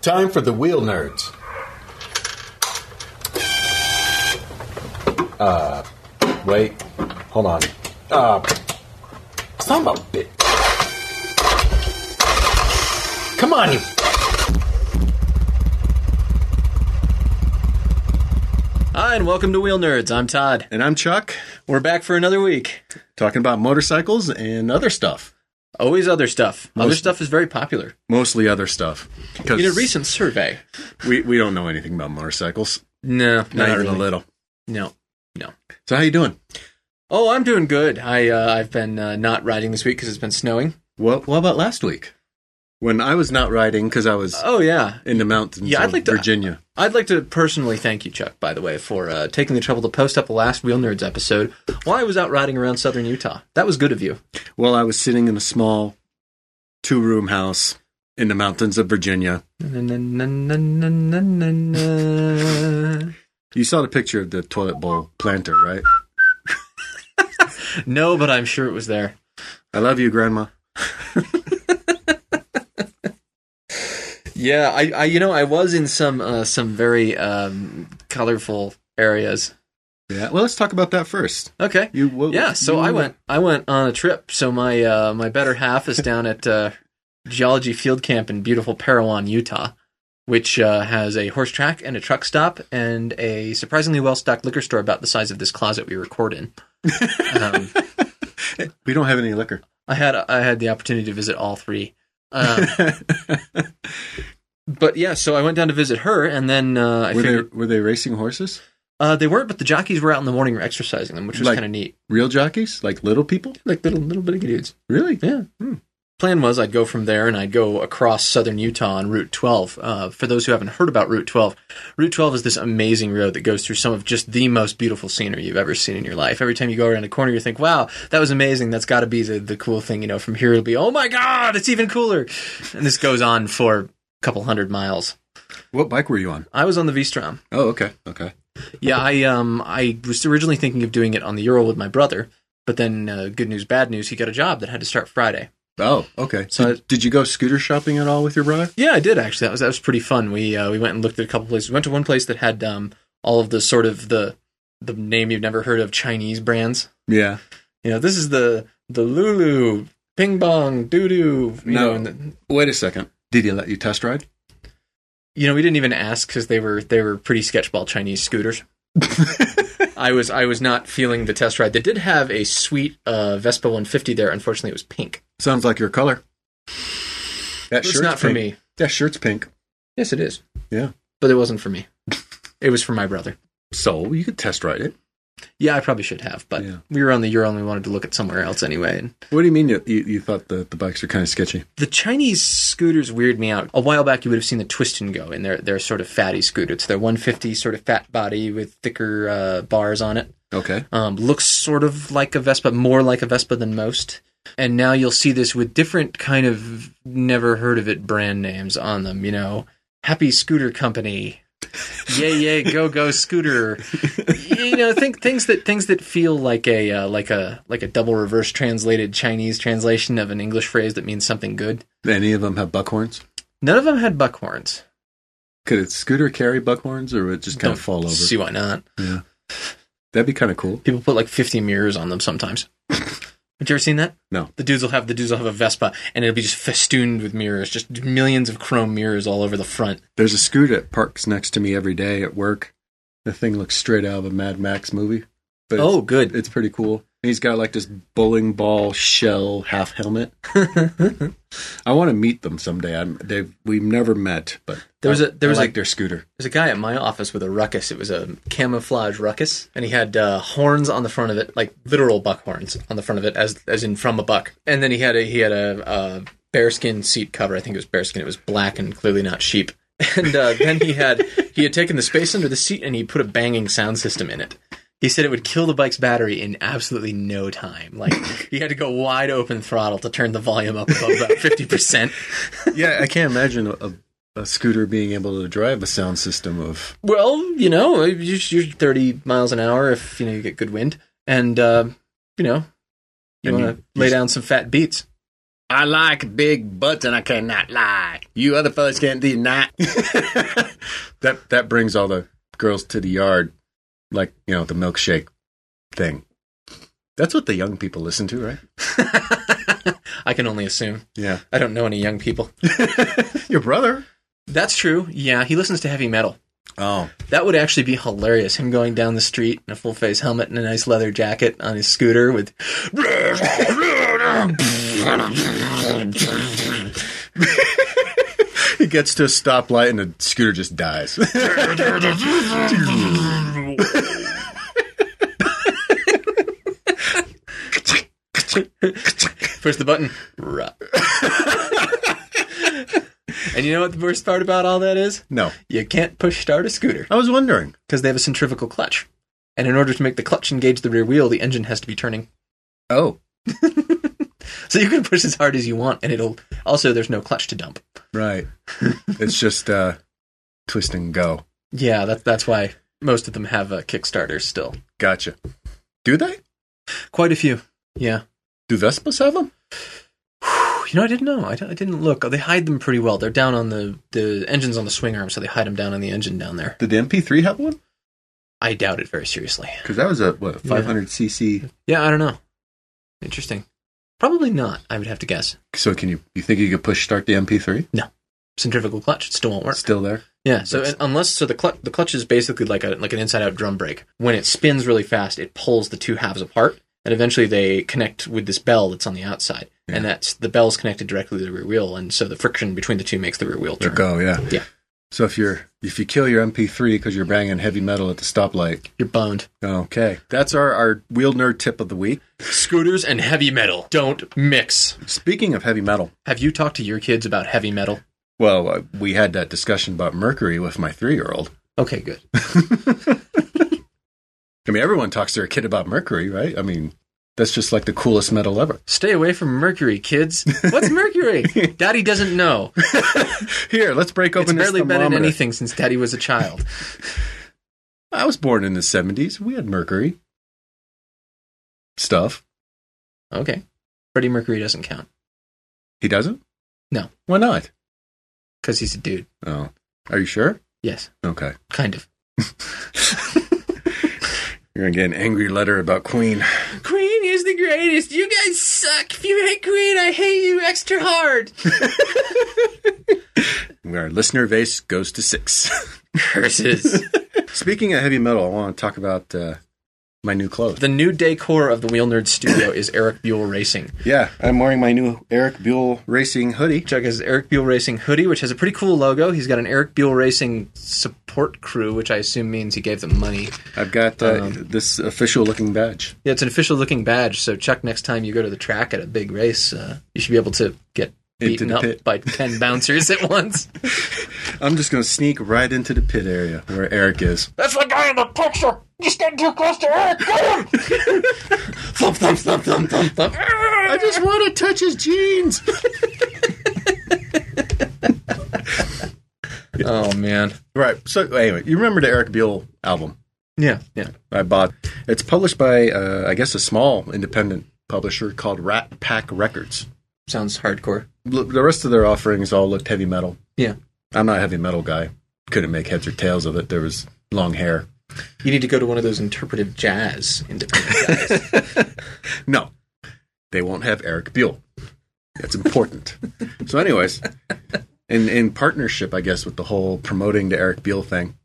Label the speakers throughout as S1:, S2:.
S1: Time for the wheel nerds. Uh, wait, hold on. Uh, son of a bit. Come on, you.
S2: Hi, and welcome to Wheel Nerds. I'm Todd.
S3: And I'm Chuck,
S2: We're back for another week.
S3: talking about motorcycles and other stuff.
S2: Always other stuff. Other
S3: Most-
S2: stuff is very popular.
S3: Mostly other stuff. Because
S2: In a recent survey.
S3: we, we don't know anything about motorcycles.
S2: No, not,
S3: Not even
S2: really.
S3: a little.
S2: No.
S3: So how you doing?
S2: Oh, I'm doing good. I uh, I've been uh, not riding this week because it's been snowing.
S3: Well, what about last week? When I was not riding because I was
S2: Oh yeah,
S3: in the mountains
S2: Yeah, I'd
S3: of
S2: like to-
S3: Virginia.
S2: I'd like to personally thank you, Chuck, by the way, for uh, taking the trouble to post up the last Wheel Nerds episode while I was out riding around southern Utah. That was good of you.
S3: Well, I was sitting in a small two room house in the mountains of Virginia.
S2: No,
S3: You saw the picture of the toilet bowl planter, right?
S2: but I'm sure it was there.
S3: I love you, Grandma.
S2: Yeah, I, I you know, I was in some uh, some very um, colorful areas.
S3: Yeah. Well, let's talk about that first.
S2: Okay.
S3: You. What,
S2: Yeah, so
S3: you-
S2: I went I went on a trip. So my uh, my better half is down at uh, Geology Field Camp in beautiful Parowan, Utah, which uh, has a horse track and a truck stop and a surprisingly well stocked liquor store about the size of this closet we record in. Um,
S3: We don't have any liquor.
S2: I had I had the opportunity to visit all three. Um, but yeah, so I went down to visit her, and then uh, I
S3: were
S2: figured
S3: they were they racing horses?
S2: Uh, they weren't, but the jockeys were out in the morning exercising them, which was
S3: Like-
S2: kind of neat.
S3: Real jockeys, like little people?
S2: Like little little bitty dudes.
S3: Really? Hmm.
S2: Yeah. Plan was I'd go from there and I'd go across southern Utah on Route 12. Uh, for those who haven't heard about Route 12, Route 12 is this amazing road that goes through some of just the most beautiful scenery you've ever seen in your life. Every time you go around a corner, you think, "Wow, that was amazing. That's got to be the, the cool thing." You know, from here it'll be, "Oh my God, it's even cooler." And this goes on for a couple hundred miles.
S3: What bike were you on?
S2: I was on the V Strom.
S3: Oh, okay, okay.
S2: Yeah, I um I was originally thinking of doing it on the Euro with my brother, but then uh, good news, bad news, he got a job that had to start Friday.
S3: Oh, okay.
S2: So
S3: did, did you go scooter shopping at all with your brother?
S2: Yeah, I did actually. That was that was pretty fun. We uh, we went and looked at a couple places. We went to one place that had um all of the sort of the the name you've never heard of Chinese brands.
S3: Yeah.
S2: You know, this is the the Lulu, Ping Bong, Doo Doo. You
S3: No.
S2: know, and the,
S3: Wait a second. Did he let you test ride?
S2: you know, we didn't even ask because they were they were pretty sketchball Chinese scooters. I was I was not feeling the test ride. They did have a sweet uh, Vespa 150 there. Unfortunately, it was pink.
S3: Sounds like your color. That
S2: It's not for
S3: pink.
S2: me.
S3: That shirt's pink.
S2: Yes, it is.
S3: Yeah.
S2: But it wasn't for me. it was for my brother.
S3: So you could test ride it.
S2: Yeah, I probably should have, but
S3: Yeah.
S2: we were on the Euro and we wanted to look at somewhere else anyway. And
S3: What do you mean you, you, you thought the, the bikes were kind of sketchy?
S2: the Chinese scooters weird me out. A while back, you would have seen the Twist and Go in their, their sort of fatty scooter. It's their 150 sort of fat body with thicker uh, bars on it.
S3: Okay.
S2: Um, looks sort of like a Vespa, more like a Vespa than most. And now you'll see this with different kind of never heard of it brand names on them. You know, Happy Scooter Company, Yay Yay Go Go Scooter. you know, think things that things that feel like a uh, like a like a double reverse translated Chinese translation of an English phrase that means something good.
S3: Any of them have buckhorns?
S2: None of them had buckhorns.
S3: Could a scooter carry buckhorns, or would it just kind of
S2: Don't
S3: fall over?
S2: See why not?
S3: That'd be kind of cool.
S2: People put like 50 mirrors on them sometimes. Have you ever seen that?
S3: No.
S2: The dudes will have the dudes will have a Vespa, and it'll be just festooned with mirrors, just millions of chrome mirrors all over the front.
S3: There's a scooter that parks next to me every day at work. The thing looks straight out of a Mad Max movie. But it's-
S2: oh, good.
S3: It's pretty cool. And he's got like this bowling ball shell half helmet. I want to meet them someday. I'm, they we've never met, but
S2: There was a- there
S3: I
S2: was a-
S3: like their scooter.
S2: There's a guy at my office with a ruckus. It was a camouflage ruckus, and he had uh, horns on the front of it, like literal buck horns on the front of it, as as in from a buck. And then he had a he had a, uh bearskin seat cover. I think it was bearskin. It was black and clearly not sheep. And uh, then he had he had taken the space under the seat and he put a banging sound system in it. He said it would kill the bike's battery in absolutely no time. Like he had to go wide open throttle to turn the volume up above about fifty percent.
S3: Yeah, I can't imagine a, a scooter being able to drive a sound system of.
S2: Well, you know, you're, you're 30 miles an hour if you know you get good wind, and uh, you know, you
S3: And
S2: want
S3: you-
S2: to lay down some fat beats.
S3: I like big butts and I cannot lie. You other fellas can't deny. that that brings all the girls to the yard, like you know the milkshake thing. That's what the young people listen to, right?
S2: I can only assume.
S3: Yeah,
S2: I don't know any young people.
S3: your brother.
S2: That's true. Yeah, he listens to heavy metal.
S3: Oh,
S2: That would actually be hilarious. Him going down the street in a full face helmet and a nice leather jacket on his scooter with.
S3: he gets to a stoplight and the scooter just dies.
S2: Push the button. Ruh. and you know what the worst part about all that is?
S3: no,
S2: You can't push start a scooter
S3: I was wondering.
S2: because they have a centrifugal clutch. And in order to make the clutch engage the rear wheel, the engine has to be turning.
S3: Oh,
S2: So you can push as hard as you want, and it'll. Also, there's no clutch to dump.
S3: right. it's just uh, twist and go.
S2: Yeah, that, that's why most of them have uh, Kickstarters still.
S3: Gotcha. Do they?
S2: Quite a few. Yeah.
S3: Do Vespas have them?
S2: You know, I didn't know. I, don't- I didn't look. They hide them pretty well. They're down on the the engine's on the swing arm, so they hide them down on the engine down there.
S3: Did the MP3 have one?
S2: I doubt it very seriously.
S3: Because that was a what 500 cc.
S2: Yeah, I don't know. Interesting. Probably not. I would have to guess.
S3: So can you you think you could push start the MP3?
S2: Centrifugal clutch it still won't work.
S3: Still there?
S2: Yeah. So and unless so the clutch the clutch is basically like a like an inside out drum brake. When it spins really fast, it pulls the two halves apart, and eventually they connect with this bell that's on the outside, and that's the bell's connected directly to the rear wheel, and so the friction between the two makes the rear wheel turn.
S3: Go yeah
S2: Yeah.
S3: So if you're if you kill your MP3 because you're banging heavy metal at the stoplight,
S2: You're boned.
S3: okay, that's our our wheel nerd tip of the week.
S2: Scooters and heavy metal don't mix.
S3: Speaking of heavy metal,
S2: Have you talked to your kids about heavy metal?
S3: well, uh, we had that discussion about mercury with my three year old.
S2: Okay, good.
S3: I mean, everyone talks to their kid about mercury, right? I mean, that's just like the coolest metal ever.
S2: Stay away from mercury, kids. What's mercury? Daddy doesn't know.
S3: Here, let's break
S2: It's
S3: open this
S2: barely been in
S3: thermometer.
S2: anything since Daddy was a child.
S3: I was born in the 70s. We had mercury stuff.
S2: Okay. Freddie Mercury doesn't count
S3: He doesn't?
S2: No.
S3: Why not?
S2: because he's a dude.
S3: Oh. Are you sure?
S2: Yes,
S3: Okay.
S2: kind of.
S3: You're going to get an angry letter about Queen.
S2: Queen is the greatest. You guys suck. If you hate Queen, I hate you extra hard.
S3: Our listener base goes to six.
S2: Curses.
S3: Speaking of heavy metal, I want to talk about uh, my new clothes.
S2: the new decor of the Wheel Nerd Studio is Eric Buell Racing.
S3: Yeah, I'm wearing my new Eric Buell Racing hoodie.
S2: Chuck has Eric Buell Racing hoodie, which has a pretty cool logo. He's got an Eric Buell Racing support crew, which I assume means he gave them money.
S3: I've got uh,
S2: Um,
S3: this official looking badge.
S2: Yeah, it's an official looking badge. So Chuck, next time you go to the track at a big race, uh, you should be able to get
S3: Into
S2: beaten
S3: the
S2: up
S3: pit.
S2: by ten bouncers at once.
S3: I'm just going to sneak right into the pit area where Eric is.
S4: That's the guy in the picture. He's getting too close to Eric. Get him!
S2: thump thump thump thump thump thump.
S3: I just want to touch his jeans.
S2: Oh man.
S3: right. So, anyway, you remember the Eric Buell album?
S2: Yeah, yeah.
S3: I bought. It's published by, uh, I guess, a small independent publisher called Rat Pack Records.
S2: Sounds hardcore.
S3: L- The rest of their offerings all looked heavy metal.
S2: Yeah.
S3: I'm not a heavy metal guy. Couldn't make heads or tails of it. There was long hair.
S2: You need to go to one of those interpretive jazz independent guys.
S3: No, they won't have Eric Buell. That's important. so, anyways, in in partnership, I guess, with the whole promoting the Eric Buell thing,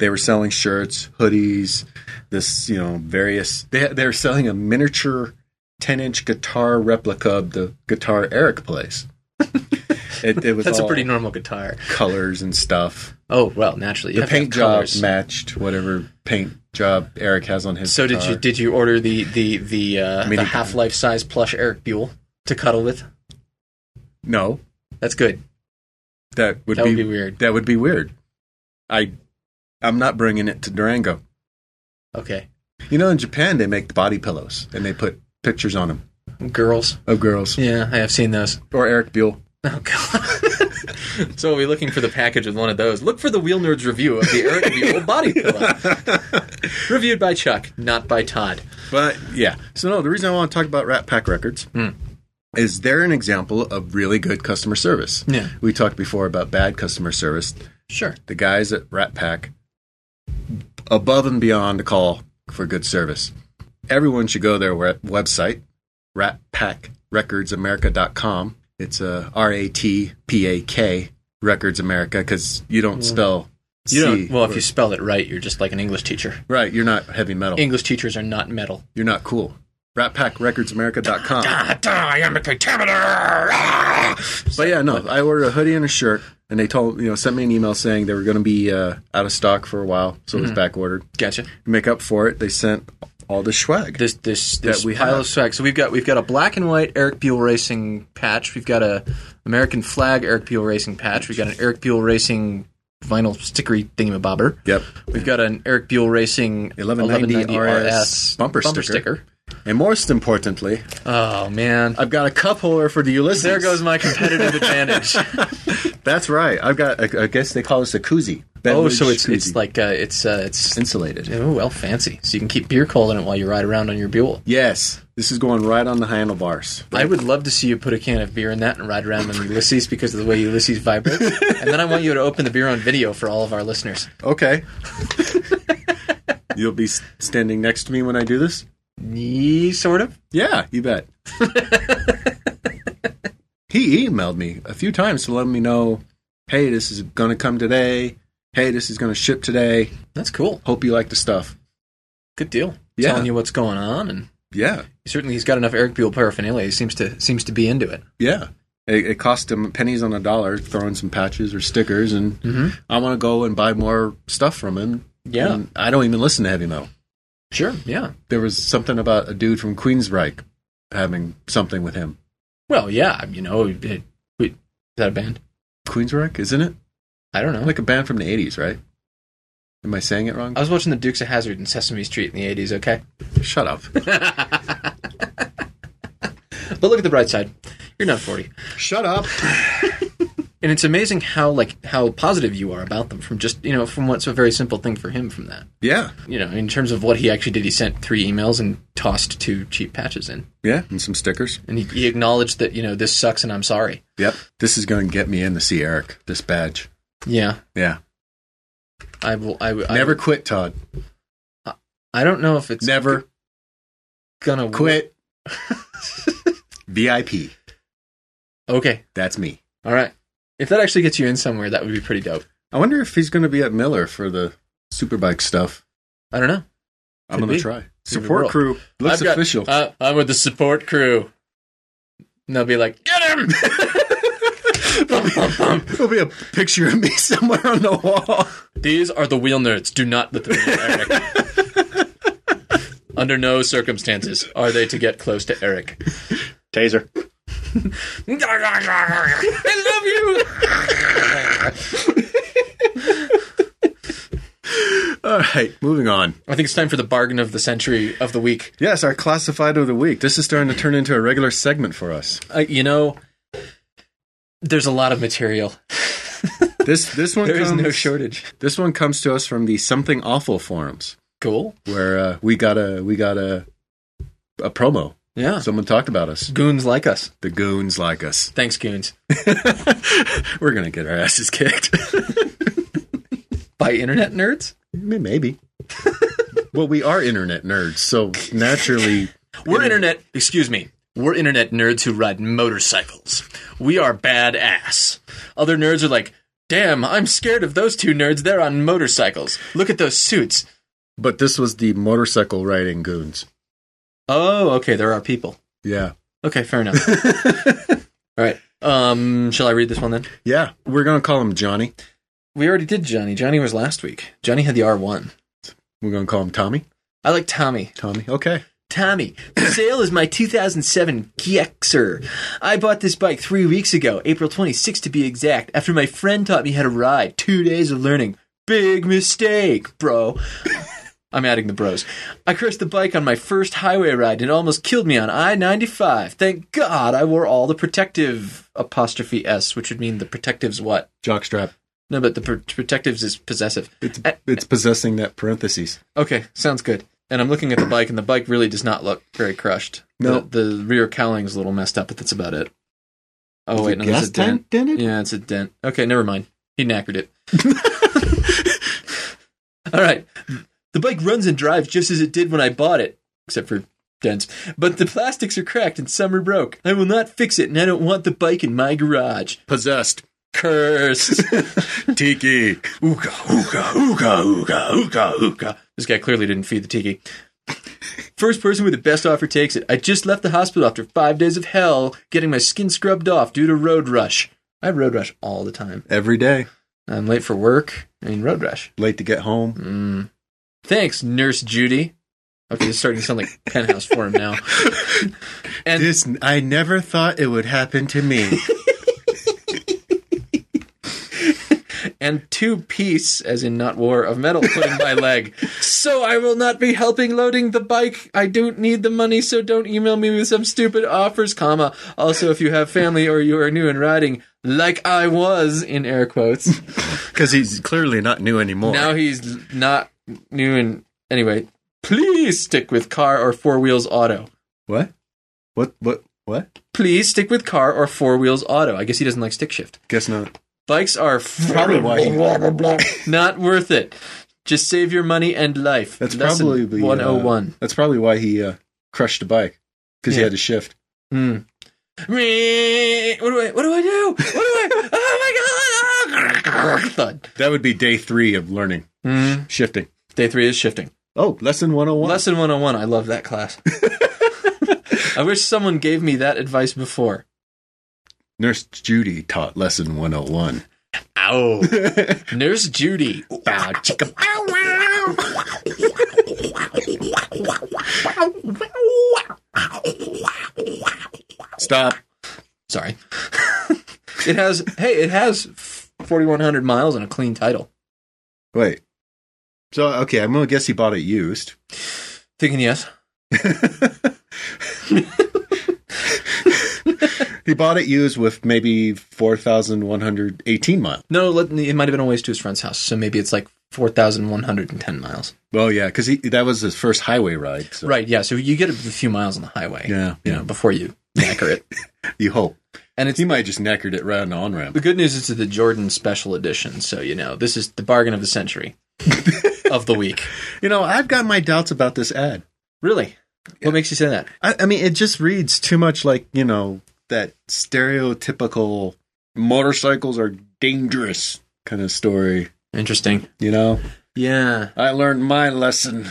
S3: they were selling shirts, hoodies, this you know various. They they were selling a miniature ten inch guitar replica of the guitar Eric plays. it, it was
S2: That's a
S3: all
S2: pretty normal guitar.
S3: colors and stuff.
S2: Oh well, naturally. You
S3: The
S2: have to have
S3: paint job
S2: colors.
S3: matched whatever paint job Eric has on his.
S2: So did
S3: guitar.
S2: you did you order the the the, uh, the
S3: Mini-
S2: half life size plush Eric Buell to cuddle with?
S3: No,
S2: That's good.
S3: that would
S2: That
S3: be
S2: would be weird.
S3: That would be weird. I, I'm not bringing it to Durango.
S2: Okay,
S3: You know, in Japan they make the body pillows and they put pictures on them
S2: girls.
S3: of girls
S2: Yeah, I have seen those.
S3: or Eric Buell.
S2: Oh god. so we're looking for the package with one of those. Look for the Wheel Nerds review of the Eric Buell body pillow, reviewed by Chuck, not by Todd. Hmm.
S3: But yeah, so no, the reason I want to talk about Rat Pack Records is they're an example of really good customer service.
S2: Yeah.
S3: We talked before about bad customer service.
S2: Sure.
S3: The guys at Rat Pack, above and beyond the call for good service. Everyone should go to their we- website, ratpackrecords.america.com. It's uh, R A T P A K Records America because you don't spell.
S2: You
S3: C.
S2: don't, well, if you spell it right, you're just like an English teacher.
S3: right, you're not heavy metal.
S2: English teachers are not metal.
S3: You're not cool. RatPackRecordsAmerica.com.
S2: I am a Ah! contaminator.
S3: But yeah, no, I ordered a hoodie and a shirt, and they told you know sent me an email saying they were going to be uh, out of stock for a while, so it
S2: Mm-hmm.
S3: was back ordered.
S2: Gotcha.
S3: To make up for it, they sent all the swag.
S2: This this this
S3: we
S2: pile
S3: have.
S2: of swag. So we've got we've got a black and white Eric Buell Racing patch. We've got a American flag Eric Buell Racing patch. We've got an Eric Buell Racing vinyl stickery thingamabobber.
S3: Yep.
S2: We've got an Eric Buell Racing
S3: 1190 RS bumper sticker. Uh, And most importantly,
S2: Oh man.
S3: I've got a cup holder for the Ulysses.
S2: there goes my competitive advantage.
S3: That's right. I've got. I I guess they call this a koozie.
S2: oh,
S3: Beverage
S2: so it's it's
S3: koozie.
S2: like uh, it's uh, it's
S3: insulated.
S2: oh well fancy. So you can keep beer cold in it while you ride around on your Buell.
S3: Yes, this is going right on the handlebars.
S2: I would love to see you put a can of beer in that and ride around on Ulysses because of the way Ulysses vibrates. and then I want you to open the beer on video for all of our listeners.
S3: Okay. You'll be s- standing next to me when I do this.
S2: Ye, sort of.
S3: Yeah, you bet. he emailed me a few times to let me know, hey, this is going to come today. Hey, this is going to ship today.
S2: That's cool.
S3: Hope you like the stuff.
S2: Good deal.
S3: Yeah.
S2: Telling you what's going on, and
S3: Yeah,
S2: certainly he's got enough Eric Buell paraphernalia. He seems to seems to be into it.
S3: yeah. It, it cost him pennies on a dollar throwing some patches or stickers, and
S2: Mhm.
S3: I want to go and buy more stuff from him.
S2: Yeah.
S3: And I don't even listen to heavy metal.
S2: Sure. Yeah.
S3: There was something about a dude from Queensryche having something with him.
S2: Well, yeah. You know, it, it- wait, is that a band?
S3: Queensryche, isn't it?
S2: I don't know.
S3: Like a band from the 80s, right? Am I saying it wrong?
S2: I was watching The Dukes of Hazard and Sesame Street in the eighties. Okay.
S3: Shut up.
S2: But look at the bright side. You're not forty.
S3: Shut up.
S2: and it's amazing how like how positive you are about them from just you know from what's a very simple thing for him from that
S3: Yeah.
S2: you know in terms of what he actually did he sent three emails and tossed two cheap patches in
S3: Yeah. And some stickers.
S2: and he, he acknowledged that you know this sucks and i'm sorry
S3: Yep. This is going to get me in to see Eric, this badge.
S2: yeah
S3: Yeah.
S2: i will i, will- I
S3: Never quit, Todd.
S2: i don't know if it's
S3: Never
S2: gonna work.
S3: quit. VIP.
S2: okay
S3: That's me.
S2: all right if that actually gets you in somewhere that would be pretty dope
S3: I wonder if he's going to be at Miller for the Superbike stuff.
S2: i don't know
S3: I'm
S2: Could
S3: going
S2: be.
S3: to try.
S2: world.
S3: Support crew. Looks
S2: I've got-
S3: official.
S2: uh, i'm with the support crew and they'll be like get him um,
S3: There'll be a picture of me somewhere on the wall.
S2: These are the wheel nerds. Do not let them near Eric. Under no circumstances are they to get close to Eric.
S1: Taser.
S2: I love you.
S3: All right, moving on.
S2: I think it's time for the bargain of the century of the week.
S3: Yes, our classified of the week. This is starting to turn into a regular segment for us.
S2: Uh, you know, there's a lot of material.
S3: This this one
S2: There is
S3: comes,
S2: no shortage.
S3: This one comes to us from the Something Awful forums,
S2: Cool.
S3: where uh, we got a we got a a promo.
S2: Yeah.
S3: Someone talked about us.
S2: goons like us.
S3: The goons like us.
S2: Thanks, goons.
S3: We're gonna get our asses kicked.
S2: By internet nerds,
S3: I mean, Maybe. well, we are internet nerds, so naturally,
S2: we're internet. Excuse me. We're internet nerds who ride motorcycles. We are badass. Other nerds are like, damn, I'm scared of those two nerds. They're on motorcycles. Look at those suits.
S3: but this was the motorcycle riding goons.
S2: Oh, okay. There are people.
S3: Yeah.
S2: Okay, fair enough. All right. Um, shall I read this one then?
S3: Yeah, we're gonna call him Johnny.
S2: We already did Johnny. Johnny was last week. Johnny had the R one.
S3: We're gonna call him Tommy.
S2: I like Tommy.
S3: Tommy. Okay.
S2: Tommy, for sale is my 2007 Gexer. I bought this bike three weeks ago, April 26th to be exact, after my friend taught me how to ride. Two days of learning. Big mistake, bro. I'm adding the bros. I crashed the bike on my first highway ride and it almost killed me on I 95. Thank God I wore all the protective apostrophe S, which would mean the protective's what?
S3: Jockstrap.
S2: No, but the pr- protectives is possessive.
S3: It's
S2: Uh,
S3: it's possessing that parentheses.
S2: Okay, sounds good. and I'm looking at the bike, and the bike really does not look very crushed.
S3: No.
S2: the, the rear cowling's a little messed up, but that's about it. Oh wait, no, that's
S3: gas
S2: a dent.
S3: tank did it?
S2: Yeah, it's a dent. Okay, never mind. He knackered it. All right. The bike runs and drives just as it did when I bought it, except for dents. But the plastics are cracked and some are broke. I will not fix it, and I don't want the bike in my garage.
S3: Possessed.
S2: Cursed.
S3: Tiki. Ooga, ooga, ooga, ooga, ooga, ooga.
S2: This guy clearly didn't feed the tiki. First person with the best offer takes it. I just left the hospital after five days of hell getting my skin scrubbed off due to road rush. I have road rush all the time.
S3: Every day.
S2: I'm late for work. I mean, road rush.
S3: Late to get home.
S2: Mm. Thanks, Nurse Judy. Okay, this is starting to sound like penthouse for him now. And-
S3: this I never thought it would happen to me.
S2: And two piece, as in not war, of metal put in my leg. So I will not be helping loading the bike. I don't need the money, so don't email me with some stupid offers, comma. Also, if you have family or you are new in riding, like I was, in air quotes.
S3: Because he's clearly not new anymore.
S2: Now he's not new and anyway. Please stick with car or four wheels auto.
S3: what? What? What? What?
S2: Please stick with car or four wheels auto. I guess he doesn't like stick shift.
S3: Guess not.
S2: Bikes are
S3: Probably why he-
S2: not worth it. Just save your money and life.
S3: That's
S2: Lesson
S3: probably the uh,
S2: 101.
S3: that's probably why he uh, crushed the bike because he
S2: Yeah.
S3: had to shift.
S2: Mm. Meh. What do I? What do I do? What do I? Oh my god! Thud.
S3: That would be day three of learning
S2: Mm.
S3: shifting.
S2: Day three is shifting.
S3: Oh, lesson one hundred and one.
S2: Lesson 101. I love that class. I wish someone gave me that advice before.
S3: Nurse Judy taught lesson one hundred and one.
S2: Ow. Nurse Judy. Bow, chicka, bow,
S3: Stop.
S2: Sorry. it has hey, it has 4100 miles and a clean title.
S3: Wait. So okay, I'm gonna guess he bought it used.
S2: Thinking yes.
S3: He bought it used with maybe four thousand one hundred eighteen miles.
S2: No, let, it might have been a ways to his friend's house, so maybe it's like 4110 miles.
S3: Well, yeah, because that was his first highway ride. So,
S2: Right, yeah, so you get a few miles on the highway.
S3: Yeah,
S2: You
S3: yeah.
S2: know, before you knacker it.
S3: You hope.
S2: And it's
S3: He might have just knackered it right on the on ramp.
S2: the good news is it's the Jordan special edition, so you know, this is the bargain of the century of the week.
S3: You know, I've got my doubts about this ad.
S2: Really? What makes you say that?
S3: I, I mean, it just reads too much like, you know, that stereotypical motorcycles are dangerous kind of story,
S2: Interesting.
S3: you know?
S2: Yeah.
S3: I learned my lesson.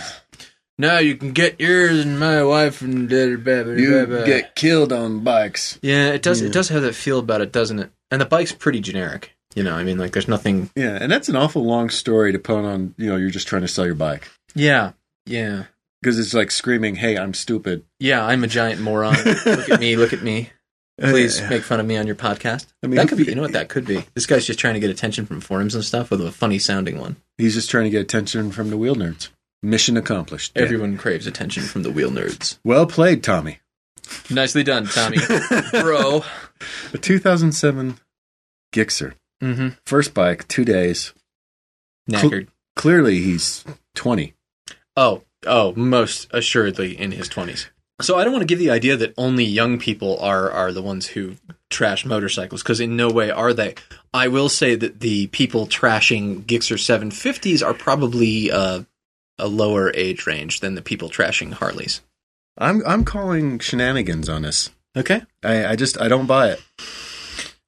S2: No, you can get yours and my wife and da- da- da- da- da- da-
S3: killed on bikes.
S2: Yeah, it does. It does have that feel about it, doesn't it? And the bike's pretty generic. You know, I mean, like there's nothing.
S3: Yeah, and that's an awful long story to put on, you know, you're just trying to sell your bike.
S2: Yeah, yeah,
S3: Because it's like screaming, hey, I'm stupid.
S2: yeah. I'm a giant moron. look at me, look at me.
S3: Uh,
S2: Please make fun of me on your podcast.
S3: I mean,
S2: that could be. You know what that could be? This guy's just trying to get attention from forums and stuff with a funny sounding one.
S3: He's just trying to get attention from the wheel nerds. Mission accomplished.
S2: Everyone craves attention from the wheel nerds.
S3: Well played, Tommy.
S2: Nicely done, Tommy, bro.
S3: A 2007 Gixxer.
S2: Mm-hmm.
S3: First bike, two days.
S2: Knackered.
S3: Clearly, he's 20.
S2: Oh, oh, most assuredly in his twenties. So I don't want to give the idea that only young people are are the ones who trash motorcycles because in no way are they. I will say that the people trashing Gixxer 750s are probably uh, a lower age range than the people trashing Harleys.
S3: I'm I'm calling shenanigans on this.
S2: Okay.
S3: I, I just I don't buy it.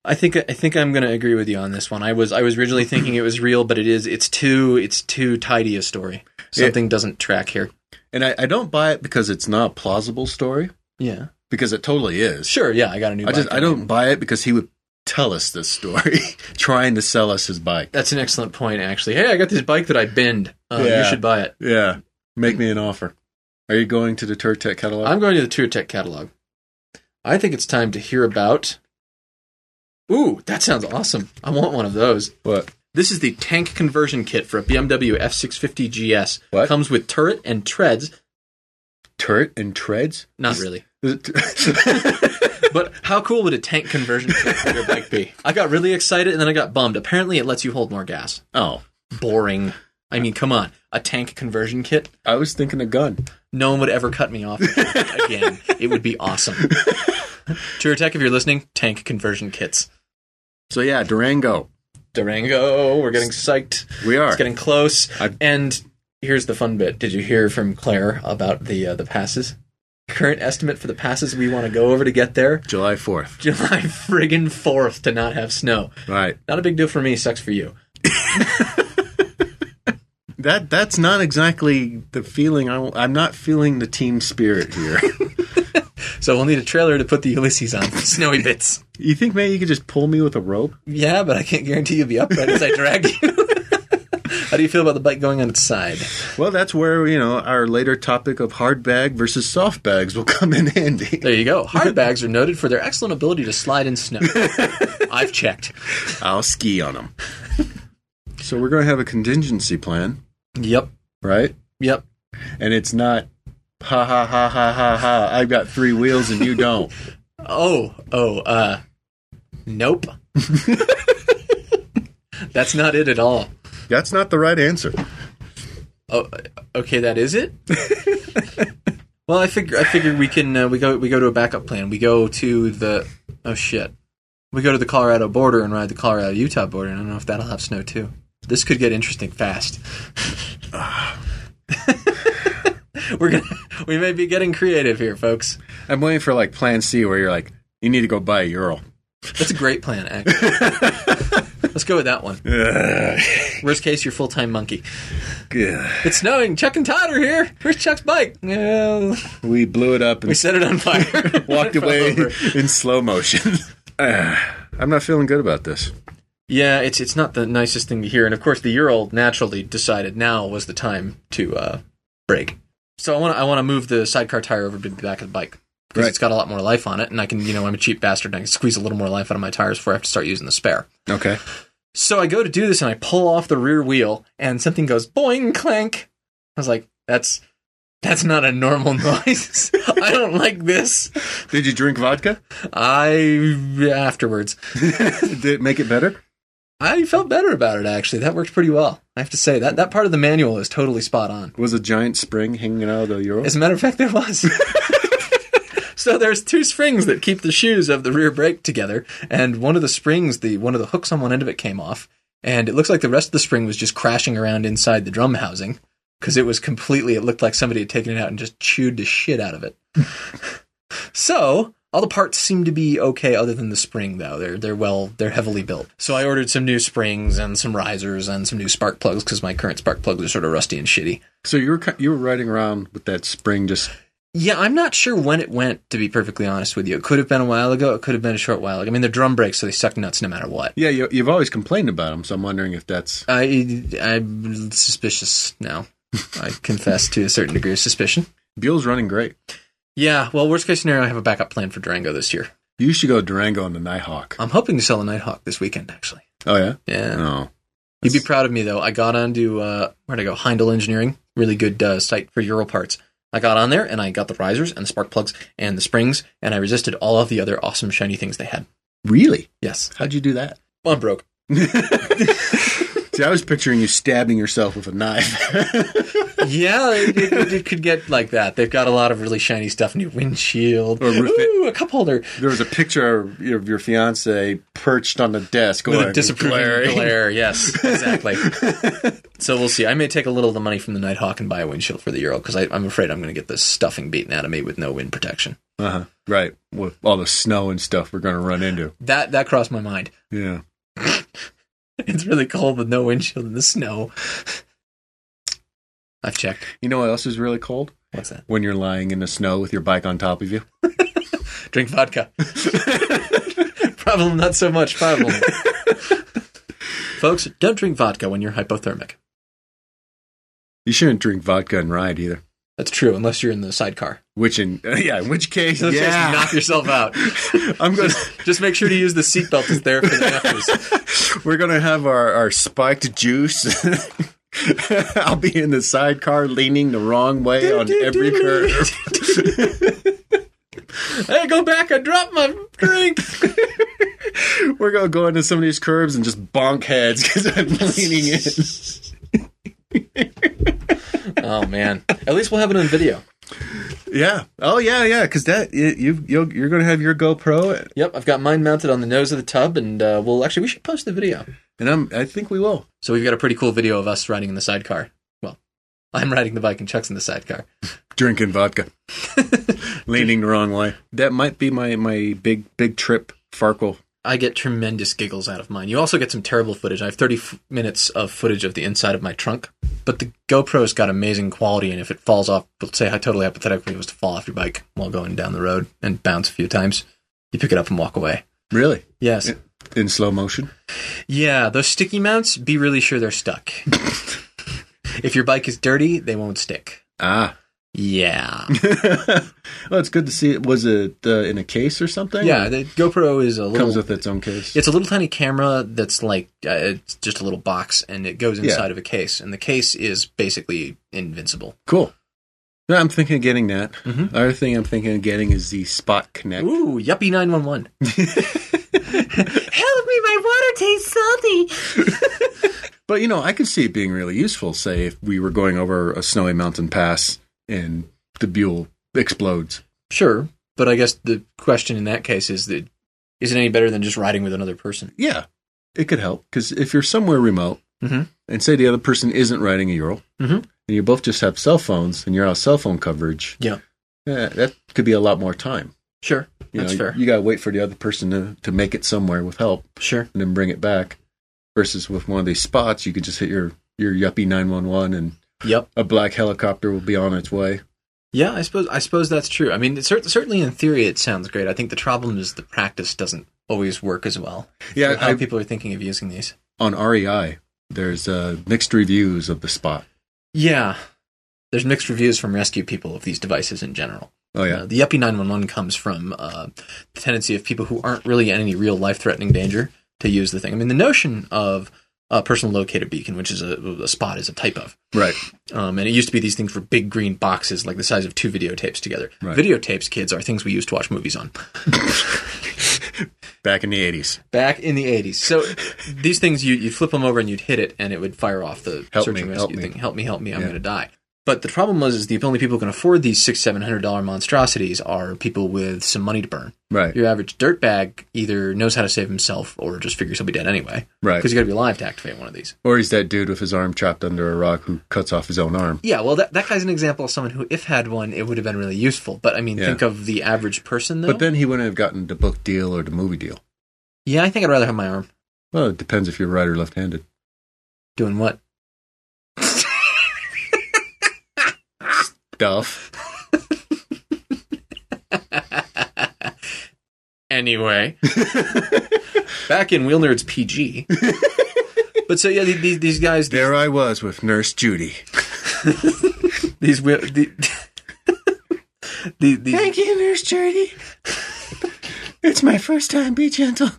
S2: I think I think I'm going to agree with you on this one. I was I was originally thinking it was real, but it is it's too it's too tidy a story. Something doesn't track here.
S3: And I, I don't buy it because it's not a plausible story.
S2: Yeah.
S3: Because it totally is.
S2: Sure. Yeah. I got a new.
S3: I just
S2: bike.
S3: I don't buy it because he would tell us this story, trying to sell us his bike.
S2: That's an excellent point, actually. Hey, I got this bike that I bend. Uh, You
S3: Yeah.
S2: should buy it.
S3: Yeah. Make me an offer. Are you going to the Turtech catalog?
S2: I'm going to the Tour Tech catalog. I think it's time to hear about. Ooh, that sounds awesome. I want one of those.
S3: what?
S2: This is the tank conversion kit for a BMW F650 GS.
S3: What?
S2: Comes with turret and treads.
S3: Turret and treads?
S2: Not really.
S3: Is it tur-
S2: But how cool would a tank conversion kit for your bike be? I got really excited and then I got bummed. Apparently, it lets you hold more gas.
S3: oh.
S2: Boring. I mean, come on, a tank conversion kit.
S3: I was thinking a gun.
S2: No one would ever cut me off again. It would be awesome. True Tech, if you're listening, tank conversion kits.
S3: So yeah, Durango.
S2: Durango, we're getting psyched.
S3: We are.
S2: It's getting close.
S3: I-
S2: and here's the fun bit. Did you hear from Claire about the uh, the passes? Current estimate for the passes we want to go over to get there:
S3: July 4th.
S2: July friggin' fourth to not have snow.
S3: Right.
S2: Not a big deal for me. Sucks for you.
S3: That that's not exactly the feeling I am not feeling the team spirit here.
S2: So we'll need a trailer to put the Ulysses on snowy bits.
S3: you think maybe you could just pull me with a rope?
S2: Yeah, but I can't guarantee you'll be upright as I drag you. How do you feel about the bike going on its side?
S3: Well, that's where, you know, our later topic of hard bag versus soft bags will come in handy.
S2: There you go. Hard bags are noted for their excellent ability to slide in snow. I've checked.
S3: I'll ski on them. so we're going to have a contingency plan,
S2: Yep.
S3: right?
S2: Yep.
S3: And it's not ha ha ha ha ha ha. I've got three wheels and you don't.
S2: Oh, oh, uh, nope. That's not it at all.
S3: that's not the right answer.
S2: Oh, okay, that is it. well, I figure I figure we can uh, we go we go to a backup plan. We go to the oh shit, we go to the Colorado border and ride the Colorado Utah border. And I don't know if that'll have snow too. This could get interesting fast. We're gonna we may be getting creative here, folks.
S3: I'm waiting for like plan C where you're like, you need to go buy a Ural.
S2: That's a great plan, actually. Let's go with that one. Worst case, you're full time monkey. It's snowing. Chuck and Todd are here. Where's Chuck's bike? Well,
S3: We blew it up and
S2: we set it on fire.
S3: walked
S2: It fell
S3: away
S2: over.
S3: in slow motion. Ah, I'm not feeling good about this.
S2: Yeah, it's it's not the nicest thing to hear. And of course, the year old naturally decided now was the time to uh, break. So I want to I want to move the sidecar tire over to the back of the bike because
S3: Right.
S2: it's got a lot more life on it, and I can you know I'm a cheap bastard and I can squeeze a little more life out of my tires before I have to start using the spare.
S3: Okay.
S2: So I go to do this and I pull off the rear wheel and something goes boing clank. I was like, that's that's not a normal noise. I don't like this.
S3: Did you drink vodka?
S2: I afterwards.
S3: Did it make it better?
S2: I felt better about it actually. That worked pretty well. I have to say that that part of the manual is totally spot on.
S3: Was a giant spring hanging out of the Ural?
S2: As a matter of fact, there was. so there's two springs that keep the shoes of the rear brake together, and one of the springs, the one of the hooks on one end of it came off, and it looks like the rest of the spring was just crashing around inside the drum housing because it was completely. It looked like somebody had taken it out and just chewed the shit out of it. so. All the parts seem to be okay, other than the spring. Though they're they're well they're heavily built. So I ordered some new springs and some risers and some new spark plugs because my current spark plugs are sort of rusty and shitty.
S3: So you were ki- you were riding around with that spring just
S2: Yeah, I'm not sure when it went, to be perfectly honest with you. It could have been a while ago. It could have been a short while ago. I mean, they're drum brakes, so they suck nuts no matter what.
S3: yeah you, you've always complained about them so I'm wondering if that's
S2: I, I'm suspicious now. I confess to a certain degree of suspicion.
S3: Buell's running great.
S2: Yeah, well, worst case scenario, I have a backup plan for Durango this year.
S3: You should go Durango on the Nighthawk.
S2: I'm hoping to sell a Nighthawk this weekend, actually.
S3: Oh yeah.
S2: Yeah.
S3: Oh
S2: You'd be proud of me, though. I got onto, uh, where'd I go? Heindel Engineering. Really good uh, site for Euro parts. I got on there and I got the risers and the spark plugs and the springs, and I resisted all of the other awesome, shiny things they had.
S3: really?
S2: Yes.
S3: How'd you do that?
S2: Well, I'm broke.
S3: See, I was picturing you stabbing yourself with a knife
S2: yeah, it, it, it could get like that. They've got a lot of really shiny stuff. New windshield.
S3: Or roof-
S2: Ooh, a cup holder.
S3: There was a picture of your, of your fiance perched on the desk
S2: With
S3: going,
S2: a disapproving
S3: "Glaring."
S2: glare. Yes, exactly. so we'll see. I may take a little of the money from the Nighthawk and buy a windshield for the Euro because I'm afraid I'm going to get this stuffing beaten out of me with no wind protection.
S3: Uh-huh. Right. With all the snow and stuff we're going to run into.
S2: That that crossed my mind.
S3: Yeah.
S2: It's really cold with no windshield in the snow. I've checked.
S3: You know what else is really cold?
S2: What's that?
S3: When you're lying in the snow with your bike on top of you.
S2: Drink vodka. problem, not so much problem. Folks, don't drink vodka when you're hypothermic.
S3: You shouldn't drink vodka and ride either.
S2: That's true, unless you're in the sidecar.
S3: Which in yeah, in which case,
S2: So let's just
S3: yeah,
S2: knock yourself out.
S3: I'm gonna
S2: just make sure to use the seatbelt that's there for the afters.
S3: we're gonna have our, our spiked juice. I'll be in the sidecar leaning the wrong way on every curve.
S2: hey, go back! I dropped my drink.
S3: We're gonna go into some of these curves and just bonk heads because I'm leaning in.
S2: Oh man! At least we'll have it on video.
S3: Yeah. Oh yeah, yeah. Because that you you you'll- you're going to have your GoPro,
S2: Yep, I've got mine mounted on the nose of the tub, and uh, we'll actually we should post the video.
S3: and I'm I think we will.
S2: So we've got a pretty cool video of us riding in the sidecar. Well, I'm riding the bike and Chuck's in the sidecar.
S3: drinking vodka, leaning the wrong way. That might be my my big big trip, Farquhar.
S2: I get tremendous giggles out of mine. You also get some terrible footage. I have 30 f- minutes of footage of the inside of my trunk, but the GoPro's got amazing quality, and if it falls off, let's say, I totally hypothetically was to fall off your bike while going down the road and bounce a few times, you pick it up and walk away.
S3: Really,
S2: Yes.
S3: in slow motion.
S2: Yeah, those sticky mounts, be really sure they're stuck. if your bike is dirty, they won't stick.
S3: Ah,
S2: Yeah.
S3: well, it's good to see. It was it uh, in a case or something?
S2: Yeah, the GoPro is a little.
S3: comes with its own case.
S2: It's a little tiny camera that's like uh, it's just a little box, and it goes inside of a case, and the case is basically invincible.
S3: cool. No, I'm thinking of getting that.
S2: Mhm.
S3: Other thing I'm thinking of getting is the Spot Connect.
S2: Ooh, yuppie nine one one. Help me, my water tastes salty.
S3: But you know, I could see it being really useful. Say if we were going over a snowy mountain pass and the Buell explodes.
S2: Sure, but I guess the question in that case is that is it any better than just riding with another person?
S3: Yeah, it could help because if you're somewhere remote
S2: Mhm.
S3: and say the other person isn't riding a Ural,
S2: Mhm.
S3: and you both just have cell phones and you're out of cell phone coverage,
S2: Yeah.
S3: eh, that could be a lot more time.
S2: Sure,
S3: You
S2: that's
S3: know,
S2: fair.
S3: You got to wait for the other person to, to make it somewhere with help
S2: sure,
S3: and then bring it back. Versus with one of these spots, you could just hit your your yuppie nine one one and
S2: yep.
S3: a black helicopter will be on its way.
S2: Yeah, I suppose I suppose that's true. I mean, it cer- certainly in theory it sounds great. I think the problem is the practice doesn't always work as well.
S3: Yeah,
S2: how
S3: I,
S2: people are thinking of using these.
S3: on REI, there's uh, mixed reviews of the spot.
S2: Yeah. There's mixed reviews from rescue people of these devices in general.
S3: Oh yeah,
S2: Uh, the Yuppie 911 comes from uh, the tendency of people who aren't really in any real life threatening danger to use the thing. I mean, the notion of a personal locator beacon, which is a, a spot, is a type of.
S3: right.
S2: Um, and it used to be these things were big green boxes, like the size of two videotapes together.
S3: Right.
S2: Videotapes, kids, are things we used to watch movies on.
S3: Back in the eighties,
S2: back in the 80s. So these things, you, you'd flip them over and you'd hit it, and it would fire off the
S3: Help
S2: search
S3: me,
S2: and
S3: help
S2: rescue
S3: me.
S2: thing. Help me, help me, I'm
S3: Yeah.
S2: going to die. But the problem was, is the only people who can afford these six, seven hundred dollar monstrosities are people with some money to burn.
S3: right,
S2: Your average dirtbag either knows how to save himself or just figures he'll be dead anyway
S3: right.
S2: because you got to be alive to activate one of these.
S3: Or he's that dude with his arm chopped under a rock who cuts off his own arm.
S2: Yeah, well, that, that guy's an example of someone who, if had one, it would have been really useful. But I mean,
S3: Yeah.
S2: think of the average person though.
S3: But then he wouldn't have gotten the book deal or the movie deal.
S2: yeah, I think I'd rather have my arm
S3: Well, it depends if you're right or left handed.
S2: doing what.
S3: Duff.
S2: Anyway, back in Wheel Nerds PG. but so yeah, the- these these guys, these
S3: There I was with Nurse Judy.
S2: these wheel, the, the, these-
S3: you, Nurse Judy. it's my first time. Be gentle.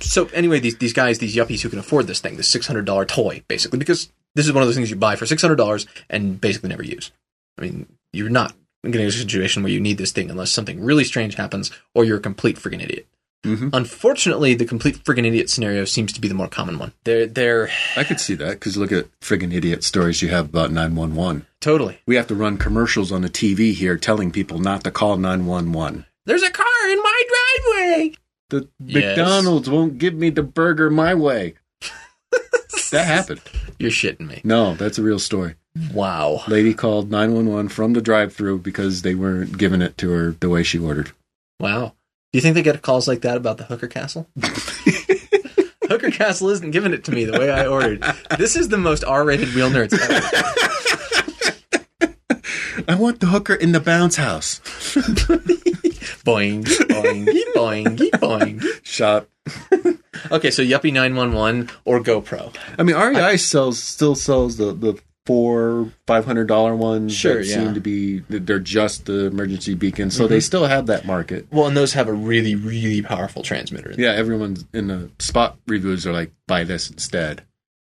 S2: so anyway, these these guys, these yuppies who can afford this thing, this six hundred dollar toy, basically, because this is one of those things you buy for six hundred dollars and basically never use. I mean, you're not going to get a situation where you need this thing unless something really strange happens or you're a complete friggin' idiot.
S3: Mhm.
S2: Unfortunately, the complete friggin' idiot scenario seems to be the more common one. They're they're
S3: I could see that because look at friggin' idiot stories you have about 911.
S2: totally
S3: We have to run commercials on the TV here telling people not to call 911.
S2: There's a car in my driveway.
S3: The
S2: Yes.
S3: McDonald's won't give me the burger my way. that happened.
S2: You're shitting me.
S3: No, that's a real story.
S2: Wow.
S3: Lady called 911 from the drive through because they weren't giving it to her the way she ordered.
S2: Wow. Do you think they get calls like that about the Hooker Castle? Hooker Castle isn't giving it to me the way I ordered. This is the most R-rated wheel nerds ever.
S3: I want the hooker in the bounce house.
S2: boing, boing, boing, boing.
S3: Shop.
S2: Okay, so Yuppie nine one one or GoPro.
S3: I mean, REI sells still sells the the four five hundred dollar ones.
S2: Sure,
S3: that
S2: yeah. Mm-hmm.
S3: seem to be they're just the emergency beacon, so they still have that market.
S2: Well, and those have a really, really powerful transmitter. in them.
S3: Yeah, everyone's in the spot reviews are like, buy this instead.